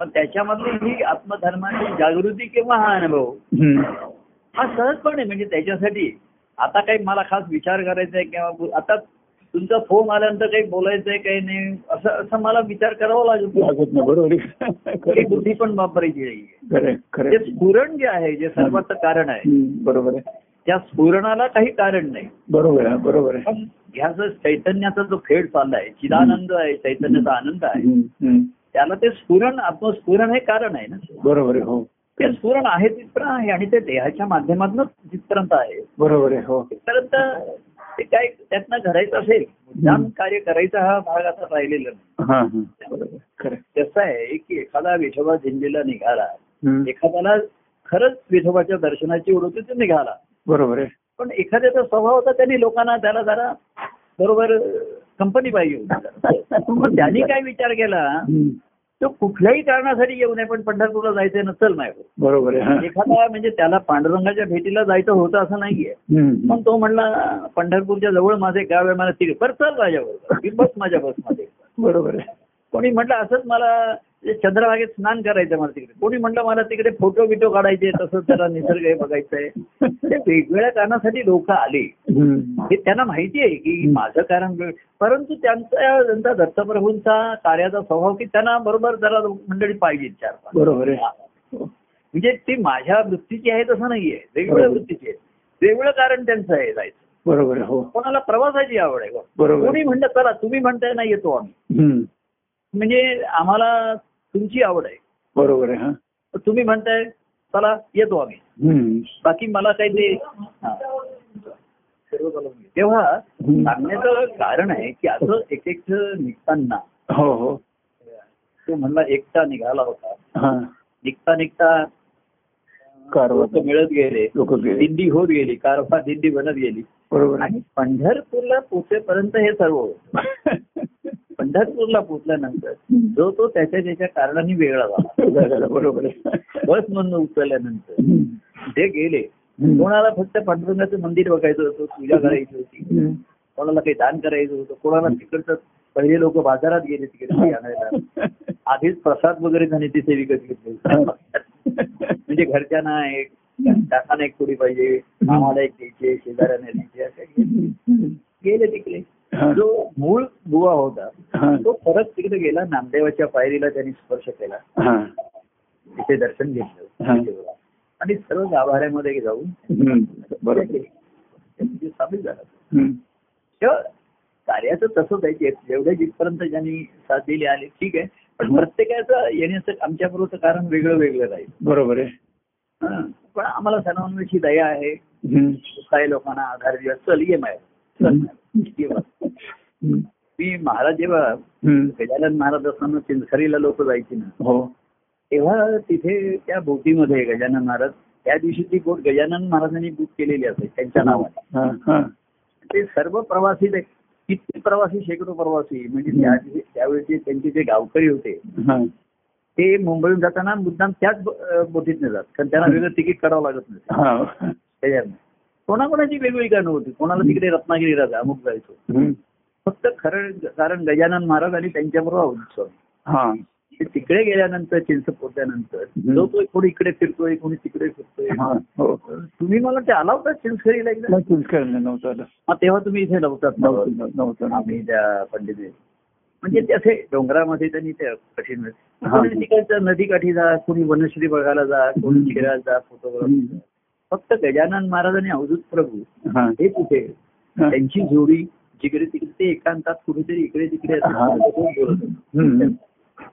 [SPEAKER 2] पण त्याच्यामध्ये ही आत्मधर्माची जागृती किंवा हा अनुभव
[SPEAKER 1] हम्म.
[SPEAKER 2] हा सहजपणे म्हणजे त्याच्यासाठी आता काही मला खास विचार करायचा आहे किंवा बो- आता तुमचा फोन आल्यानंतर काही बोलायचंय काही नाही असं असं मला विचार करावा लागेल
[SPEAKER 1] लागत नाही बरोबर आहे.
[SPEAKER 2] ही
[SPEAKER 1] खरं
[SPEAKER 2] बुद्धी पण वापरायची नाहीये
[SPEAKER 1] खरं खरं
[SPEAKER 2] ते स्फुरण जे आहे जे सर्वांचं कारण आहे
[SPEAKER 1] हम्म, बरोबर आहे
[SPEAKER 2] त्या स्फुरणाला काही कारण नाही
[SPEAKER 1] बरोबर आहे बरोबर आहे
[SPEAKER 2] पण ह्याचा चैतन्याचा जो खेळ चाललाय चिदानंद आहे चैतन्याचा आनंद आहे
[SPEAKER 1] हम्म, हम्म.
[SPEAKER 2] त्याला ते स्फुरण आत्मस्फुरण हे कारण आहे ना
[SPEAKER 1] बरोबर आहे हो
[SPEAKER 2] ते स्फुरण आहे तिथपर्यंत आहे आणि ते देहाच्या माध्यमातून जिथपर्यंत आहे
[SPEAKER 1] बरोबर आहे हो
[SPEAKER 2] तिथपर्यंत ते काय त्यातनं घडायचं असेल मुद्दाम कार्य करायचा हा भाग आता राहिलेला नाही.
[SPEAKER 1] हा हा बरोबर आहे. खरं आहे.
[SPEAKER 2] कसं आहे की एखादा विठोबा झिंजेला निघाला
[SPEAKER 1] हम्म.
[SPEAKER 2] एखाद्याला खरंच विठोबाच्या दर्शनाची ओढ होती तो निघाला
[SPEAKER 1] बरोबर आहे
[SPEAKER 2] पण एखाद्याचा स्वभाव होता त्यांनी लोकांना त्याला जरा बरोबर कंपनी पाहिजे होती जरा. मग
[SPEAKER 1] म्हणजे
[SPEAKER 2] त्यांनी काय विचार केला
[SPEAKER 1] हम्म.
[SPEAKER 2] तो कुठल्याही कारणासाठी येऊ नये पण पंढरपूरला जायचं नसल नाही
[SPEAKER 1] बरोबर आहे हा.
[SPEAKER 2] एखादा म्हणजे त्याला पांडुरंगाच्या भेटीला जायचं होतं असं नाहीये
[SPEAKER 1] हम्म.
[SPEAKER 2] पण तो म्हणला पंढरपूरच्या जवळ माझे गाव आहे मला तिकडे बरं चल माझ्याबरोबर मी बस माझ्या बसमध्ये
[SPEAKER 1] बरोबर आहे
[SPEAKER 2] कोणी म्हटलं असंच मला चंद्रभागेत स्नान करायचं मला तिकडे कोणी म्हटलं मला तिकडे फोटो बिटो काढायचे तसंच त्याला निसर्ग हे बघायचा आहे ते वेगवेगळ्या कारणासाठी लोक आले
[SPEAKER 1] हम्म.
[SPEAKER 2] हे त्यांना माहिती आहे की माझं कारण वेळ परंतु त्यांचा त्यांचा दत्तप्रभूंचा कार्याचा स्वभाव की त्यांना बरोबर जरा मंडळी पाहिजे चार पाच
[SPEAKER 1] बरोबर आहे हो.
[SPEAKER 2] म्हणजे ती माझ्या वृत्तीची आहे तसं नाहीये वेगवेगळ्या
[SPEAKER 1] बरोबर.
[SPEAKER 2] वृत्तीची आहे वेगळं कारण त्यांचं आहे जायचं
[SPEAKER 1] बरोबर आहे हो
[SPEAKER 2] कोणाला प्रवासाची आवड आहे
[SPEAKER 1] बरोबर.
[SPEAKER 2] कोणी म्हणलं चला तुम्ही म्हणताय ना येतो आम्ही
[SPEAKER 1] हम्म.
[SPEAKER 2] म्हणजे आम्हाला तुमची आवड आहे
[SPEAKER 1] बरोबर आहे हा
[SPEAKER 2] तर तुम्ही म्हणताय चला येतो आम्ही
[SPEAKER 1] हम्म.
[SPEAKER 2] बाकी मला काही ते हा. तेव्हा सांगण्याचं कारण आहे की असं एक एक निघताना
[SPEAKER 1] हो हो
[SPEAKER 2] तो म्हणला एकटा निघाला होता
[SPEAKER 1] हा
[SPEAKER 2] निघता निघता
[SPEAKER 1] कारवा
[SPEAKER 2] लोक मिळत गेले
[SPEAKER 1] लोक गेले
[SPEAKER 2] दिंडी होत गेली कारफा दिंडी बनत गेली
[SPEAKER 1] बरोबर आहे
[SPEAKER 2] आणि पंढरपूरला पोचेपर्यंत हे सर्व होतं. पंढरपूरला पोचल्यानंतर जो तो त्याच्या त्याच्या कारणाने वेगळा झाला
[SPEAKER 1] वेगळा झाला, बरोबर आहे
[SPEAKER 2] बस म्हणून उचलल्यानंतर
[SPEAKER 1] हम्म.
[SPEAKER 2] ते गेले
[SPEAKER 1] हम्म.
[SPEAKER 2] कोणाला फक्त पांडुरंगाचं मंदिर बघायचं होतं पूजा करायची होती
[SPEAKER 1] हम्म.
[SPEAKER 2] कोणाला काही दान करायचं होतं कोणाला तिकडचं पहिले लोक बाजारात गेले तिकडे आणायला आधीच प्रसाद वगैरे त्यांनी तिथे विकत घेतले म्हणजे घरच्यांना एक काकांना एक थोडी पाहिजे मामाला एक द्यायची शेजाऱ्यांना द्यायची असं काही. गेले तिकडे
[SPEAKER 1] हा.
[SPEAKER 2] जो मूळ बुवा होता
[SPEAKER 1] हा.
[SPEAKER 2] तो परत तिकडे गेला नामदेवाच्या पायरीला त्यांनी स्पर्श केला
[SPEAKER 1] हा.
[SPEAKER 2] तिथे दर्शन
[SPEAKER 1] हा.
[SPEAKER 2] घेतलं देवाला. आणि सर्व गाभाऱ्यामध्ये जाऊन
[SPEAKER 1] हम्म. बरोबर आहे.
[SPEAKER 2] म्हणजे सामील झाला
[SPEAKER 1] हम्म.
[SPEAKER 2] तेव्हा कार्याचं तसंच आहे की जेवढ्या जिथपर्यंत ज्यांनी साथ दिली आली ठीक आहे पण प्रत्येकाचं येण्याचं आमच्याबरोबरचं कारण वेगळं वेगळं राहील
[SPEAKER 1] बरोबर आहे
[SPEAKER 2] हं. पण आम्हाला सर्वांविषयी दया आहे
[SPEAKER 1] हम्म.
[SPEAKER 2] काही लोकांना आधार दिला चल ये माहेर चल ये बा.
[SPEAKER 1] हम्म.
[SPEAKER 2] मी महाराज जेव्हा
[SPEAKER 1] हम्म.
[SPEAKER 2] गजानन महाराज असताना चिंचरीला लोक जायची ना
[SPEAKER 1] हो
[SPEAKER 2] तेव्हा तिथे त्या बोटीमध्ये गजानन महाराज त्या दिवशी ती बोट गजानन महाराजांनी बुक केलेली असे त्यांच्या नावाने
[SPEAKER 1] हा, हा.
[SPEAKER 2] ते सर्व प्रवासी ते- किती प्रवासी शेकडो प्रवासी म्हणजे त्या दिवशी- त्यावेळी त्यांचे जे गावकरी होते
[SPEAKER 1] हा.
[SPEAKER 2] ते मुंबईहून जाताना मुद्दाम त्याच बोटीतने जात कारण त्यांना वेगळं तिकीट काढावं लागत नाही
[SPEAKER 1] हा.
[SPEAKER 2] त्याच्यानं कोणाकोणाची वेगवेगळी कारणं होती कोणाला तिकडे रत्नागिरी राजा अमुक जायचो
[SPEAKER 1] हम्म.
[SPEAKER 2] फक्त खरं कारण गजानन महाराज आणि त्यांच्याबरोबर आहोत स्वामी
[SPEAKER 1] हा.
[SPEAKER 2] ते तिकडे गेल्यानंतर चिंच पोचल्यानंतर
[SPEAKER 1] हम्म.
[SPEAKER 2] जो तो कोणी इकडे फिरतोय कोणी तिकडे
[SPEAKER 1] हा.
[SPEAKER 2] फिरतोय
[SPEAKER 1] हो
[SPEAKER 2] तुम्ही मला ते आला होता चिंचखरीला एकदा
[SPEAKER 1] नाही, चिंचकरंजी नव्हतं आलं.
[SPEAKER 2] हा, तेव्हा तुम्ही इथे नव्हतात ना.
[SPEAKER 1] नव्हतं, नव्हतं, नव्हतं.
[SPEAKER 2] आम्ही त्या पंडित म्हणजे ते असे डोंगरामध्ये त्यांनी ते कठीण
[SPEAKER 1] हा.
[SPEAKER 2] कोणी तिकडच्या नदीकाठी जा कोणी वनश्री बघायला जा कोणी
[SPEAKER 1] हम्म.
[SPEAKER 2] फिरायला जा फोटोग्राफी
[SPEAKER 1] हम्म.
[SPEAKER 2] फक्त गजानन महाराज आणि अवधूत प्रभू
[SPEAKER 1] हा.
[SPEAKER 2] हे कुठे
[SPEAKER 1] हा.
[SPEAKER 2] त्यांची जोडी जिकडे तिकडे ते एकांतात कुठेतरी इकडे तिकडे असं
[SPEAKER 1] हा.
[SPEAKER 2] बोलत होते.
[SPEAKER 1] हम्म.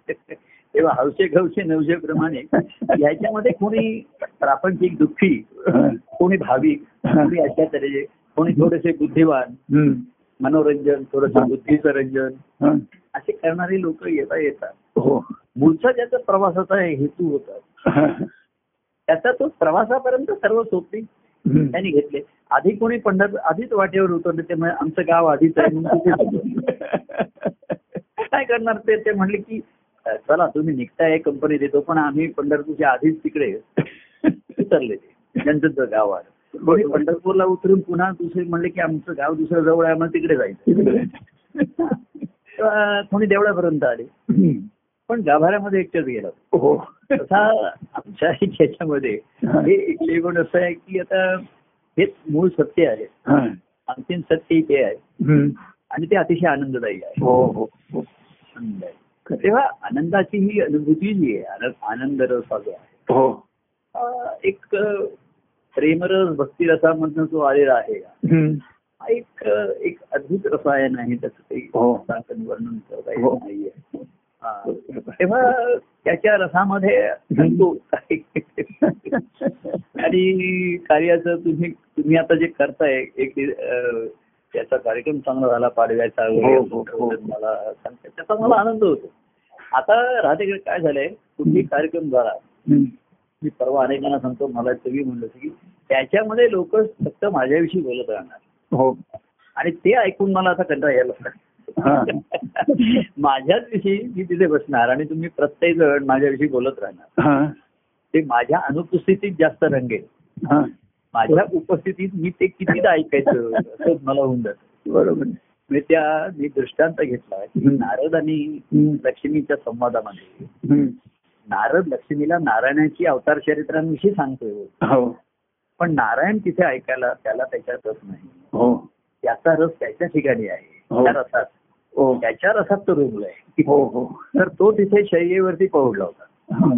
[SPEAKER 2] तेव्हा हौसे घवसे नवशे प्रमाणे याच्यामध्ये कोणी प्रापंचिक दुःखी
[SPEAKER 1] हा.
[SPEAKER 2] कोणी भाविक कोणी अशा तऱ्हेचे कोणी थोडेसे बुद्धिवान
[SPEAKER 1] हम्म.
[SPEAKER 2] मनोरंजन
[SPEAKER 1] हा.
[SPEAKER 2] थोडंसं बुद्धीचं रंजन
[SPEAKER 1] हा.
[SPEAKER 2] असे करणारी लोक येता येतात
[SPEAKER 1] हो
[SPEAKER 2] मूळचा ज्याचा प्रवासाचा हेतू होता
[SPEAKER 1] हा.
[SPEAKER 2] त्याचा तो प्रवासापर्यंत सर्व सोपी
[SPEAKER 1] हम्म.
[SPEAKER 2] त्यांनी घेतले आधी कोणी पंढरपूर आधीच वाटेवर उतरले ते म्हणे, आमचं गाव आधीच आहे म्हणून तिथेच उतरलो." काय करणार ते ते म्हणले की "अ, चला तुम्ही निघताय कंपनी देतो पण आम्ही पंढरपूरच्या आधीच तिकडे उतरले ते ज्यांचं ते गाव आहे कोणी पंढरपूरला उतरून पुन्हा दुसरे म्हणले की आमचं गाव दुसरं जवळ आहे आम्हाला तिकडे जायचं
[SPEAKER 1] तिकडे.
[SPEAKER 2] तेव्हा कोणी देवळापर्यंत आले
[SPEAKER 1] हम्म.
[SPEAKER 2] पण गाभाऱ्यामध्ये एकट्याच गेला
[SPEAKER 1] हो
[SPEAKER 2] तसा आमच्या ह्याच्यामध्ये हे इकडे पण असं आहे की आता हेच मूळ सत्य आहे
[SPEAKER 1] हा.
[SPEAKER 2] अंतिम सत्य हे आहे
[SPEAKER 1] हम्म.
[SPEAKER 2] आणि ते अतिशय आनंददायी आहे
[SPEAKER 1] हो हो हो
[SPEAKER 2] आनंद आहे. तेव्हा आनंदाची ही अनुभूती जी आहे आनंद- आनंद रस हा जो आहे
[SPEAKER 1] हो
[SPEAKER 2] हा एक अ, प्रेमरस भक्ती रसामधनं जो आलेला आहे
[SPEAKER 1] हम्म.
[SPEAKER 2] हा एक अ, एक अद्भुत रसायन आहे त्याचं काही
[SPEAKER 1] हो.
[SPEAKER 2] सांगणं वर्णन करता
[SPEAKER 1] हो.
[SPEAKER 2] येत नाहीये हा. तेव्हा त्याच्या रसामध्ये तो काही आणि कार्याचं तुम्ही तुम्ही आता जे करताय एक अं, त्याचा कार्यक्रम चांगला झाला पाडव्याचा वगैरे
[SPEAKER 1] हो, हो, हो.
[SPEAKER 2] मला सांगता- त्याचा मला आनंद होतो आता राहतेकडे काय झालंय कुठली कार्यक्रम झाला
[SPEAKER 1] हम्म.
[SPEAKER 2] मी परवा अनेकांना सांगतो मला तुम्ही म्हणलं होतं की त्याच्यामध्ये लोक फक्त माझ्याविषयी बोलत राहणार
[SPEAKER 1] हो
[SPEAKER 2] आणि ते ऐकून मला आता कंटाळा यायला
[SPEAKER 1] हा.
[SPEAKER 2] लागला माझ्याच विषयी मी तिथे बसणार आणि तुम्ही प्रत्येक जण माझ्याविषयी बोलत राहणार
[SPEAKER 1] हा
[SPEAKER 2] ते माझ्या अनुपस्थितीत जास्त रंगेल
[SPEAKER 1] हा
[SPEAKER 2] माझ्या उपस्थितीत मी ते कितीदा ऐकायचं असंच मला होऊन जात
[SPEAKER 1] बरोबर आहे.
[SPEAKER 2] मी त्या मी दृष्टांत घेतला की नारद आणि
[SPEAKER 1] हम्म.
[SPEAKER 2] लक्ष्मीच्या संवादामध्ये
[SPEAKER 1] हम्म.
[SPEAKER 2] नारद लक्ष्मीला नारायणाची अवतार चरित्रांविषयी सांगतोय
[SPEAKER 1] हो
[SPEAKER 2] पण नारायण तिथे ऐकायला त्याला त्याच्यात रस नाही
[SPEAKER 1] हो
[SPEAKER 2] त्याचा रस त्याच्या ठिकाणी आहे
[SPEAKER 1] हो.
[SPEAKER 2] त्या रसात
[SPEAKER 1] हो
[SPEAKER 2] त्याच्या रसात तो रुग्ण आहे
[SPEAKER 1] हो हो
[SPEAKER 2] तर तो तिथे शय्येवरती पहुडला होता
[SPEAKER 1] हा.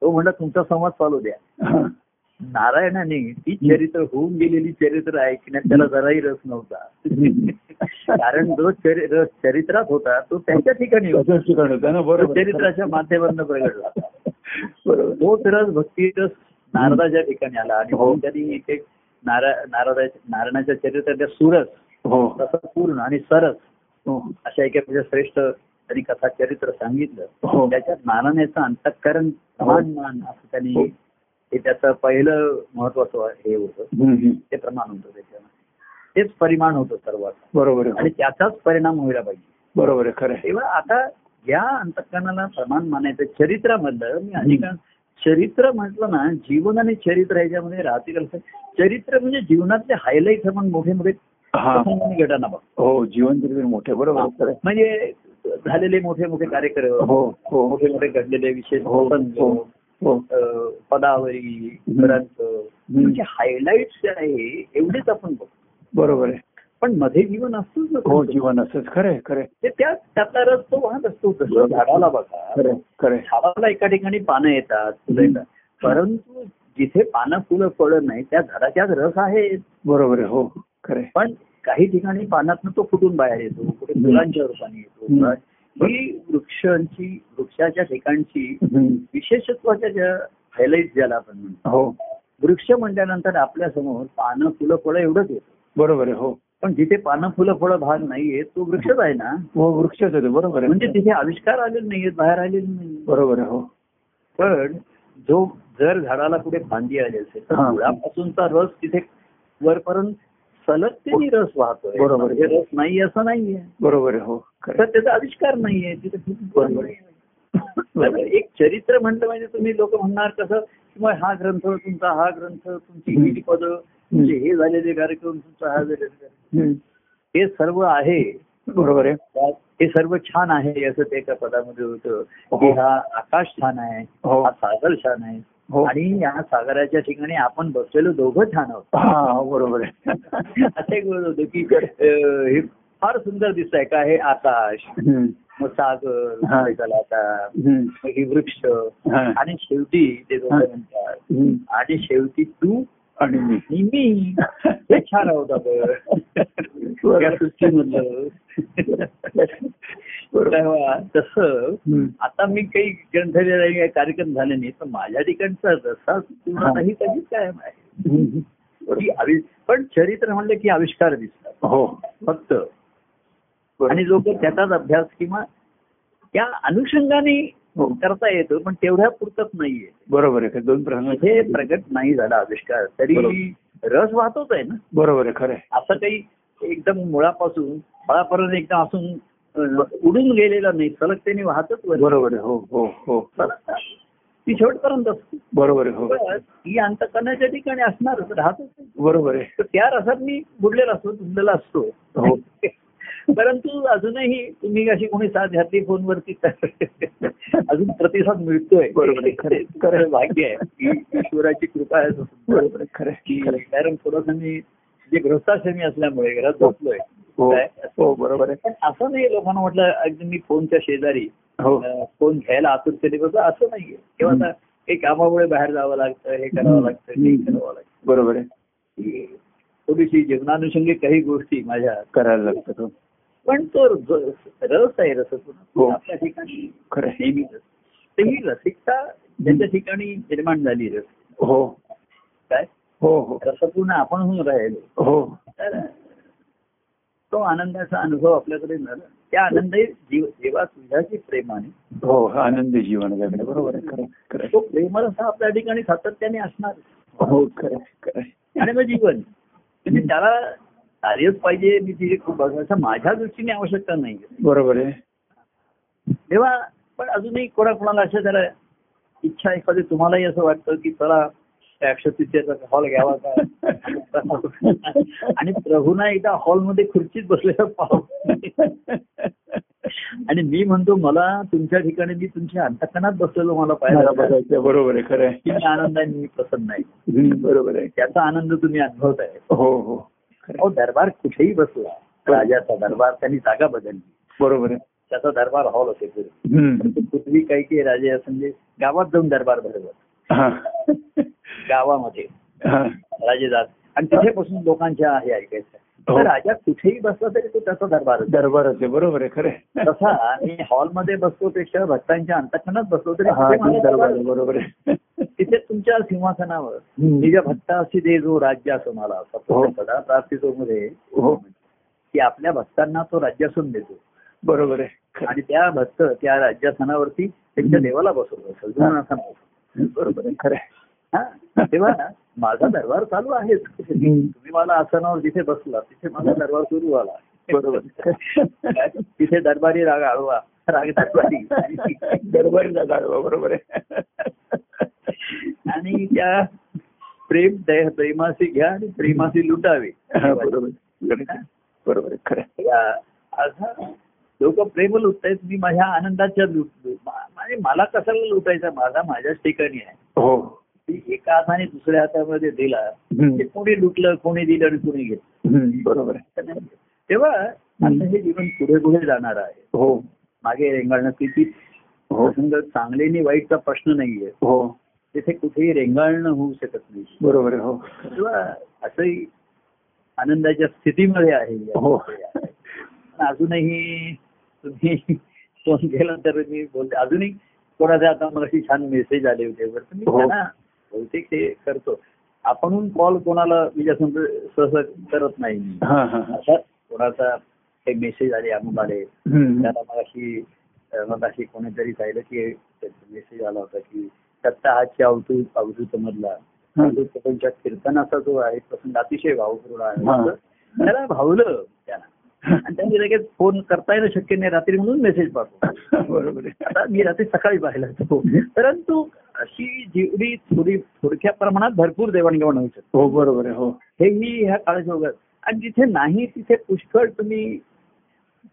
[SPEAKER 2] तो म्हणला तुमचा संवाद चालू द्या
[SPEAKER 1] हा.
[SPEAKER 2] नारायणाने ती चरित्र होऊन गेलेली चरित्र ऐकण्यात त्याला जराही रस नव्हता कारण जो चरि- रस चरित्रात होता तो त्याच्या ठिकाणी होता
[SPEAKER 1] त्याचंच ठिकाण होतं ना
[SPEAKER 2] तो
[SPEAKER 1] बरोबर आहे.
[SPEAKER 2] चरित्राच्या माध्यमातून प्रगटला होता.
[SPEAKER 1] बरोबर आहे.
[SPEAKER 2] तोच रस भक्ती रस नारदाच्या ठिकाणी आला आणि
[SPEAKER 1] हो.
[SPEAKER 2] म्हणून त्यांनी एक एक नारा नारदाच्या नारायणाच्या चरित्रातल्या सुरस
[SPEAKER 1] हो
[SPEAKER 2] तसं पूर्ण आणि सरस
[SPEAKER 1] हो
[SPEAKER 2] अशा एका म्हणजे श्रेष्ठ त्यांनी कथा चरित्र सांगितलं
[SPEAKER 1] हो
[SPEAKER 2] त्याच्यात नारायणाचं अंतःकरण समान मान असं
[SPEAKER 1] हो.
[SPEAKER 2] त्यांनी हे त्याचं पहिलं महत्वाचं हे होतं
[SPEAKER 1] हम्म, हम्म.
[SPEAKER 2] ते प्रमाण होतं त्याच्यामध्ये तेच परिमाण होतं सर्वात
[SPEAKER 1] बरोबर आहे
[SPEAKER 2] आणि त्याचाच परिणाम व्हायला पाहिजे
[SPEAKER 1] बरोबर आहे खरं आहे
[SPEAKER 2] तेव्हा आता या अंतकरणाला प्रमाण मानायचं चरित्रामधलं मी अनेकां चरित्र म्हटलं ना जीवन आणि चरित्र याच्यामध्ये राहतील असं चरित्र म्हणजे जीवनातले हायलाईट आपण मोठे मोठे
[SPEAKER 1] हा
[SPEAKER 2] प्रसंग आणि घटना बघतो
[SPEAKER 1] हो जीवन चरित्र मोठे बरोबर आहे, खरं आहे.
[SPEAKER 2] म्हणजे झालेले मोठे मोठे कार्यक्रम
[SPEAKER 1] हो हो
[SPEAKER 2] मोठे मोठे घडलेले विशेष
[SPEAKER 1] हो, हो.
[SPEAKER 2] प्रसंग
[SPEAKER 1] हो
[SPEAKER 2] अं, पदावरी ग्रंथ म्हणजे हायलाइट्स आहे एवढेच आपण बघतो
[SPEAKER 1] बरोबर आहे
[SPEAKER 2] पण मध्ये जीवन असतोच ना
[SPEAKER 1] हो
[SPEAKER 2] तुमचं.
[SPEAKER 1] जीवन असंच खरं आहे खरं आहे.
[SPEAKER 2] ते त्या त्यातला रस तो वाहत असतो तसं झाडाला
[SPEAKER 1] खरं
[SPEAKER 2] बघा
[SPEAKER 1] आहे, खरं आहे.
[SPEAKER 2] झाडाला एका ठिकाणी पानं येतात फुलं येतात परंतु जिथे पानं फुलं फळं नाही त्या झाडाच्यात रस आहे
[SPEAKER 1] बरोबर आहे हो खरं आहे.
[SPEAKER 2] पण काही ठिकाणी पानातनं तो फुटून बाहेर येतो कुठे
[SPEAKER 1] हम्म.
[SPEAKER 2] फुलांच्या रूपाने
[SPEAKER 1] हम्म.
[SPEAKER 2] येतो ही वृक्षांची वृक्षाच्या ठिकाणची
[SPEAKER 1] हम्म.
[SPEAKER 2] विशेषत्वाच्या ज्या हायलाइट ज्याला आपण म्हणतो
[SPEAKER 1] हो
[SPEAKER 2] वृक्ष म्हटल्यानंतर आपल्या समोर पानं फुलं फळं एवढंच येतं
[SPEAKER 1] बरोबर आहे हो
[SPEAKER 2] पण जिथे पानं फुलं फळं भाग नाहीये तो वृक्षच आहे ना
[SPEAKER 1] हो वृक्षच आहे तो, बरोबर
[SPEAKER 2] म्हणजे
[SPEAKER 1] आहे
[SPEAKER 2] तिथे आविष्कार आलेले नाहीयेत बाहेर आलेले नाही
[SPEAKER 1] बरोबर आहे हो
[SPEAKER 2] पण जो जर झाडाला कुठे फांदी आली असेल तर
[SPEAKER 1] हा.
[SPEAKER 2] मुळापासूनचा रस तिथे वरपर्यंत सलग त्यांनी रस वाहतोय
[SPEAKER 1] बरोबर.
[SPEAKER 2] म्हणजे रस नाही असं नाहीये
[SPEAKER 1] बरोबर आहे हो खरं
[SPEAKER 2] तर
[SPEAKER 1] आहे.
[SPEAKER 2] त्याचा आविष्कार नाहीये तिथे
[SPEAKER 1] बरोबर.
[SPEAKER 2] तर एक चरित्र म्हणलं म्हणजे तुम्ही लोक म्हणणार कसं की मग हा ग्रंथ तुमचा हा ग्रंथ तुमची
[SPEAKER 1] हम्म.
[SPEAKER 2] ही पद तुमचे हे झालेले कार्यक्रम तुमचा हा झालेला कार्यक्रम.
[SPEAKER 1] हम्म.
[SPEAKER 2] हे सर्व आहे
[SPEAKER 1] बरोबर आहे
[SPEAKER 2] त्यात हे सर्व छान आहे असं ते एका पदामध्ये होतं की
[SPEAKER 1] हो.
[SPEAKER 2] हा आकाश छान आहे
[SPEAKER 1] हो
[SPEAKER 2] हा सागर छान आहे
[SPEAKER 1] हो
[SPEAKER 2] आणि या सागराच्या ठिकाणी आपण बसलेलो दोघं छान आहोत
[SPEAKER 1] हा हो, बरोबर आहे
[SPEAKER 2] असं एक बोलत होतो की अं, हे फार सुंदर दिसत आहे का हे आकाश
[SPEAKER 1] हम्म.
[SPEAKER 2] मग सागर
[SPEAKER 1] हा.
[SPEAKER 2] मग त्याला आता
[SPEAKER 1] हम्म.
[SPEAKER 2] मग हे वृक्ष
[SPEAKER 1] हा.
[SPEAKER 2] आणि शेवटी ते दोघं
[SPEAKER 1] हा.
[SPEAKER 2] म्हणतात
[SPEAKER 1] हम्म.
[SPEAKER 2] आणि शेवटी तू
[SPEAKER 1] आणि मी
[SPEAKER 2] आणि मी हे छान आहोत आपण या सृष्टीमधलं
[SPEAKER 1] बरोबर
[SPEAKER 2] तेव्हा तसं
[SPEAKER 1] हम्म.
[SPEAKER 2] आता मी काही ग्रंथ लिहिला काही कार्यक्रम झाले नाही तर माझ्या ठिकाणचा रसा ही कधीच कायम आहे
[SPEAKER 1] हम्म.
[SPEAKER 2] की आवि- पण चरित्र म्हणलं की आविष्कार दिसतात
[SPEAKER 1] हो
[SPEAKER 2] फक्त आणि लोक त्याचाच अभ्यास किंवा त्या अनुषंगाने
[SPEAKER 1] हो.
[SPEAKER 2] करता येतो पण तेवढ्या पुरतच नाहीये
[SPEAKER 1] बरोबर आहे दोन प्रसंग
[SPEAKER 2] हे प्रगट नाही झाला आविष्कार तरी रस वाहतोच आहे ना
[SPEAKER 1] बरोबर आहे खरं आहे
[SPEAKER 2] असं काही एकदम मुळापासून फळापर्यंत एकदम असून अं, उडून गेलेला नाही सलग त्याने वाहतच वर.
[SPEAKER 1] बरोबर आहे हो हो हो
[SPEAKER 2] सलग ती शेवटपर्यंत असते
[SPEAKER 1] बरोबर आहे हो
[SPEAKER 2] बस, ही अंतकरणाच्या ठिकाणी असणार राहतच नाही.
[SPEAKER 1] बरोबर आहे
[SPEAKER 2] तर त्या रसात मी बुडलेला असतो बुडलेला असतो
[SPEAKER 1] हो.
[SPEAKER 2] परंतु अजूनही तुम्ही अशी कोणी साथ घातली फोनवरती तर अजून प्रतिसाद मिळतोय
[SPEAKER 1] बरोबर आहे. खरं आहे. खरं आहे.
[SPEAKER 2] खरं भाग्य आहे ही ईश्वराची कृपा आहे असं समजा.
[SPEAKER 1] बरोबर आहे. खरं आहे.
[SPEAKER 2] की
[SPEAKER 1] खरं आहे.
[SPEAKER 2] कारण थोडस मी जे गृहस्थाश्रमी असल्यामुळे घरात बसलोय
[SPEAKER 1] हो
[SPEAKER 2] काय?
[SPEAKER 1] हो बरोबर आहे
[SPEAKER 2] पण असं नाही लोकांना म्हटलं अगदी मी फोनच्या शेजारी
[SPEAKER 1] हो
[SPEAKER 2] अं, फोन घ्यायला आतुरतेने बसलो असं नाहीये किंवा आता काही कामामुळे बाहेर जावं लागतं हे करावं लागतं हे
[SPEAKER 1] हम्म.
[SPEAKER 2] करावं लागतं
[SPEAKER 1] बरोबर आहे
[SPEAKER 2] ही थोडीशी जीवनानुषंगी काही गोष्टी माझ्या
[SPEAKER 1] करायला लागतं हो.
[SPEAKER 2] पण तो र- रस आहे रसपूर्ण
[SPEAKER 1] हो.
[SPEAKER 2] आपल्या ठिकाणी
[SPEAKER 1] खरं आहे.
[SPEAKER 2] नेहमीच असतो. तर ही रसिकता ज्याच्या ठिकाणी निर्माण झाली रस
[SPEAKER 1] हो
[SPEAKER 2] काय
[SPEAKER 1] हो हो
[SPEAKER 2] रसपूर्ण आपण होऊन राहिलो
[SPEAKER 1] हो
[SPEAKER 2] तर तो आनंदाचा अनुभव आपल्याकडे झाला त्या आनंदी जीव जेव्हा तुझ्याची प्रेमाने
[SPEAKER 1] हो हा आनंदी जीवन जगणे बरोबर आहे खरं आहे. खरं आहे.
[SPEAKER 2] तो प्रेमरस हा आपल्या ठिकाणी सातत्याने असणार
[SPEAKER 1] हो खरं आहे. खरं आहे.
[SPEAKER 2] आणि मग जीवन म्हणजे त्याला कार्यच पाहिजे मी तिथे खूप बघ- असं माझ्या दृष्टीने आवश्यकता नाही
[SPEAKER 1] बरोबर आहे
[SPEAKER 2] तेव्हा पण अजूनही कोणाकोणाला अशा त्याला इच्छा एखादी तुम्हालाही असं वाटतं की चला त्या अक्षतिथीचा हॉल घ्यावा का आणि प्रभूना एकदा हॉलमध्ये खुर्चीत बसलेला पाहू आणि मी म्हणतो मला तुमच्या ठिकाणी मी तुमच्या अंतकणात बसलेलो मला
[SPEAKER 1] मला
[SPEAKER 2] पाहिजे
[SPEAKER 1] बघायचं आहे. बरोबर आहे खरं
[SPEAKER 2] की मी
[SPEAKER 1] आहे
[SPEAKER 2] आनंदाने मी प्रसन्न आहे
[SPEAKER 1] हम्म, बरोबर आहे
[SPEAKER 2] त्याचा आनंद तुम्ही अनुभवताय
[SPEAKER 1] हो हो खरं आहे.
[SPEAKER 2] अहो दरबार कुठेही बसला राजाचा दरबार त्यांनी जागा बदलली
[SPEAKER 1] बरोबर आहे
[SPEAKER 2] त्याचा दरबार हॉल असे पूर्वी
[SPEAKER 1] हम्म.
[SPEAKER 2] पूर्वी काही काही राजे असं म्हणजे गावात जाऊन दरबार भरवत
[SPEAKER 1] हा.
[SPEAKER 2] गावामध्ये
[SPEAKER 1] हा.
[SPEAKER 2] राजे जात आणि तिथेपासून लोकांच्या हे ऐकायचं
[SPEAKER 1] हो.
[SPEAKER 2] तर राजा कुठेही बसला तरी तो त्याचा दरबार असतो.
[SPEAKER 1] दरबाराचे बरोबर आहे खरं आहे.
[SPEAKER 2] तसा मी हॉलमध्ये बसतो पेक्षा भक्तांच्या अंतकणात बसलो तरी
[SPEAKER 1] हा,
[SPEAKER 2] तिथे मला
[SPEAKER 1] दरबार
[SPEAKER 2] दरबार
[SPEAKER 1] आहे,
[SPEAKER 2] असतो.
[SPEAKER 1] बरोबर आहे
[SPEAKER 2] तिथे तुमच्या सिंहासनावर
[SPEAKER 1] हम्म.
[SPEAKER 2] निज भक्ताशी दे जो राज्य असो मला
[SPEAKER 1] हो.
[SPEAKER 2] सदा प्राप्तितो मध्ये
[SPEAKER 1] हो
[SPEAKER 2] की आपल्या भक्तांना तो राज्यासून देतो
[SPEAKER 1] बरोबर आहे खरं
[SPEAKER 2] आणि त्या भक्त त्या राज्यासनावरती त्यांच्या
[SPEAKER 1] हम्म.
[SPEAKER 2] देवाला बसवतो सजनासना
[SPEAKER 1] आहे. बरोबर आहे खरं आहे.
[SPEAKER 2] हा तेव्हा माझा दरबार चालू आहेच
[SPEAKER 1] हम्म.
[SPEAKER 2] तुम्ही मला आसनावर जिथे बसला तिथे माझा दरबार सुरू आला
[SPEAKER 1] बरोबर आहे.
[SPEAKER 2] तिथे दरबारी राग आळवा राग दरबारी
[SPEAKER 1] दरबारीला गाढवा बरोबर आहे
[SPEAKER 2] आणि त्या प्रेम दया- प्रेमाशी घ्या आणि प्रेमाशी लुटावे
[SPEAKER 1] हा, बरोबर आहे. गणित आहे. बरोबर आहे खरं आहे.
[SPEAKER 2] लोक प्रेम लुटतायत मी माझ्या आनंदाच्या लुट मा- म्हणजे मला कशाला लुटायचा माझा माझ्याच ठिकाणी आहे
[SPEAKER 1] हो
[SPEAKER 2] मी एका हाताने दुसऱ्या हातामध्ये दिला
[SPEAKER 1] हम्म.
[SPEAKER 2] ते कोणी लुटलं कोणी दिलं आणि कोणी घेतलं
[SPEAKER 1] हम्म, बरोबर आहे
[SPEAKER 2] तेव्हा आता हे जीवन पुढे पुढे जाणार आहे
[SPEAKER 1] हो
[SPEAKER 2] मागे रेंगाळणं किती
[SPEAKER 1] हो
[SPEAKER 2] प्रसंग चांगले आणि वाईटचा प्रश्न नाहीये
[SPEAKER 1] हो
[SPEAKER 2] तिथे कुठेही रेंगाळणं होऊ शकत नाही
[SPEAKER 1] बरोबर आहे हो
[SPEAKER 2] तेव्हा असंही आनंदाच्या स्थितीमध्ये आहे
[SPEAKER 1] हो
[SPEAKER 2] पण अजूनही तुम्ही फोन केला तर मी बोलते अजूनही कोणाचा आता मला छान मेसेज आले होते वर तुम्ही
[SPEAKER 1] हो.
[SPEAKER 2] त्यांना बहुतेक ते करतो आपणहून कॉल कोणाला मी जास्त सहसा करत नाही मी
[SPEAKER 1] हा हा हा.
[SPEAKER 2] असा कोणाचा काही मेसेज आले अमुक आले
[SPEAKER 1] हम्म.
[SPEAKER 2] त्याला मगाशी अ, मगाशी कोणीतरी सांगितलं की मेसेज आला होता की सत्ता हाची अवधूत अवधूत मधला
[SPEAKER 1] हा.
[SPEAKER 2] अवधूतच्या कीर्तनाचा जो आहे प्रसंग अतिशय भावपूर्ण
[SPEAKER 1] हा.
[SPEAKER 2] आहे त्याला भावलं त्याला आणि त्यांनी लगेच फोन करता येणं शक्य नाही रात्री म्हणून मेसेज पाठवतो
[SPEAKER 1] बरोबर आहे
[SPEAKER 2] आता मी रात्री सकाळी पाहिला तो परंतु अशी जेवढी थोडी थोडक्या प्रमाणात भरपूर देवाणघेवाण होऊ शकते
[SPEAKER 1] हो बरोबर आहे हो
[SPEAKER 2] हेही ह्या काळाच्या ओघात आणि जिथे नाही तिथे पुष्कळ तुम्ही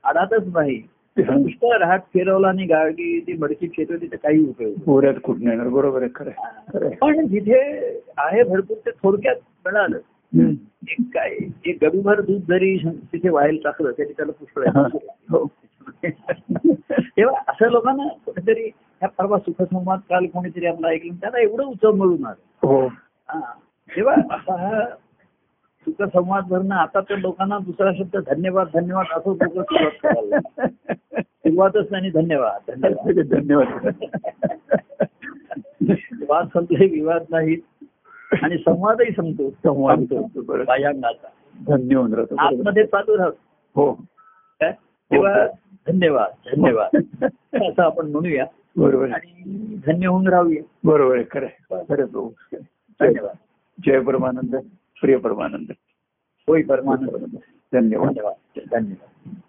[SPEAKER 2] अडातच नाही पुष्कळ राहत फिरवला आणि गाडी ती मडकी फिरवली तर काही उपयोग नाही.
[SPEAKER 1] पोऱ्यात कुठून येणार बरोबर आहे खरं आहे. खरं आहे.
[SPEAKER 2] पण जिथे आहे भरपूर ते थोडक्यात मिळालं
[SPEAKER 1] हम्म.
[SPEAKER 2] एक काय एक गडूभर दूध जरी तिथे व्हायला टाकलं तरी त्याला पुष्कळ
[SPEAKER 1] हा.
[SPEAKER 2] आहे.
[SPEAKER 1] हो
[SPEAKER 2] तेव्हा अशा लोकांना कुठेतरी ह्या परवा सुखसंवाद काल कोणीतरी आपला ऐकलं त्याला एवढं उचल मिळून आलं
[SPEAKER 1] हो
[SPEAKER 2] हा. तेव्हा असा हा सुखसंवाद भरणं आता तर लोकांना दुसरा शब्द धन्यवाद धन्यवाद असं लोक सुरुवात करायला लागले. सुरुवातच त्यांनी धन्यवाद धन्यवाद
[SPEAKER 1] धन्यवाद
[SPEAKER 2] वाद संपले विवाद नाहीत आणि संवादही संपतो
[SPEAKER 1] संवाद संपतो, बरोबर.
[SPEAKER 2] बाह्यांगाचा
[SPEAKER 1] धन्य होऊन राहतो बरोबर आहे.
[SPEAKER 2] आतमध्ये चालू राहतो
[SPEAKER 1] हो
[SPEAKER 2] काय तेव्हा धन्यवाद धन्यवाद असं आपण म्हणूया
[SPEAKER 1] बरोबर आहे.
[SPEAKER 2] आणि धन्य होऊन राहूया
[SPEAKER 1] बरोबर आहे खरं आहे. खरं आहे प्रभू जय-
[SPEAKER 2] धन्यवाद
[SPEAKER 1] जय परमानंद प्रिय परमानंद
[SPEAKER 2] होय परमानंद
[SPEAKER 1] धन्यवाद
[SPEAKER 2] धन्यवाद धन्यवाद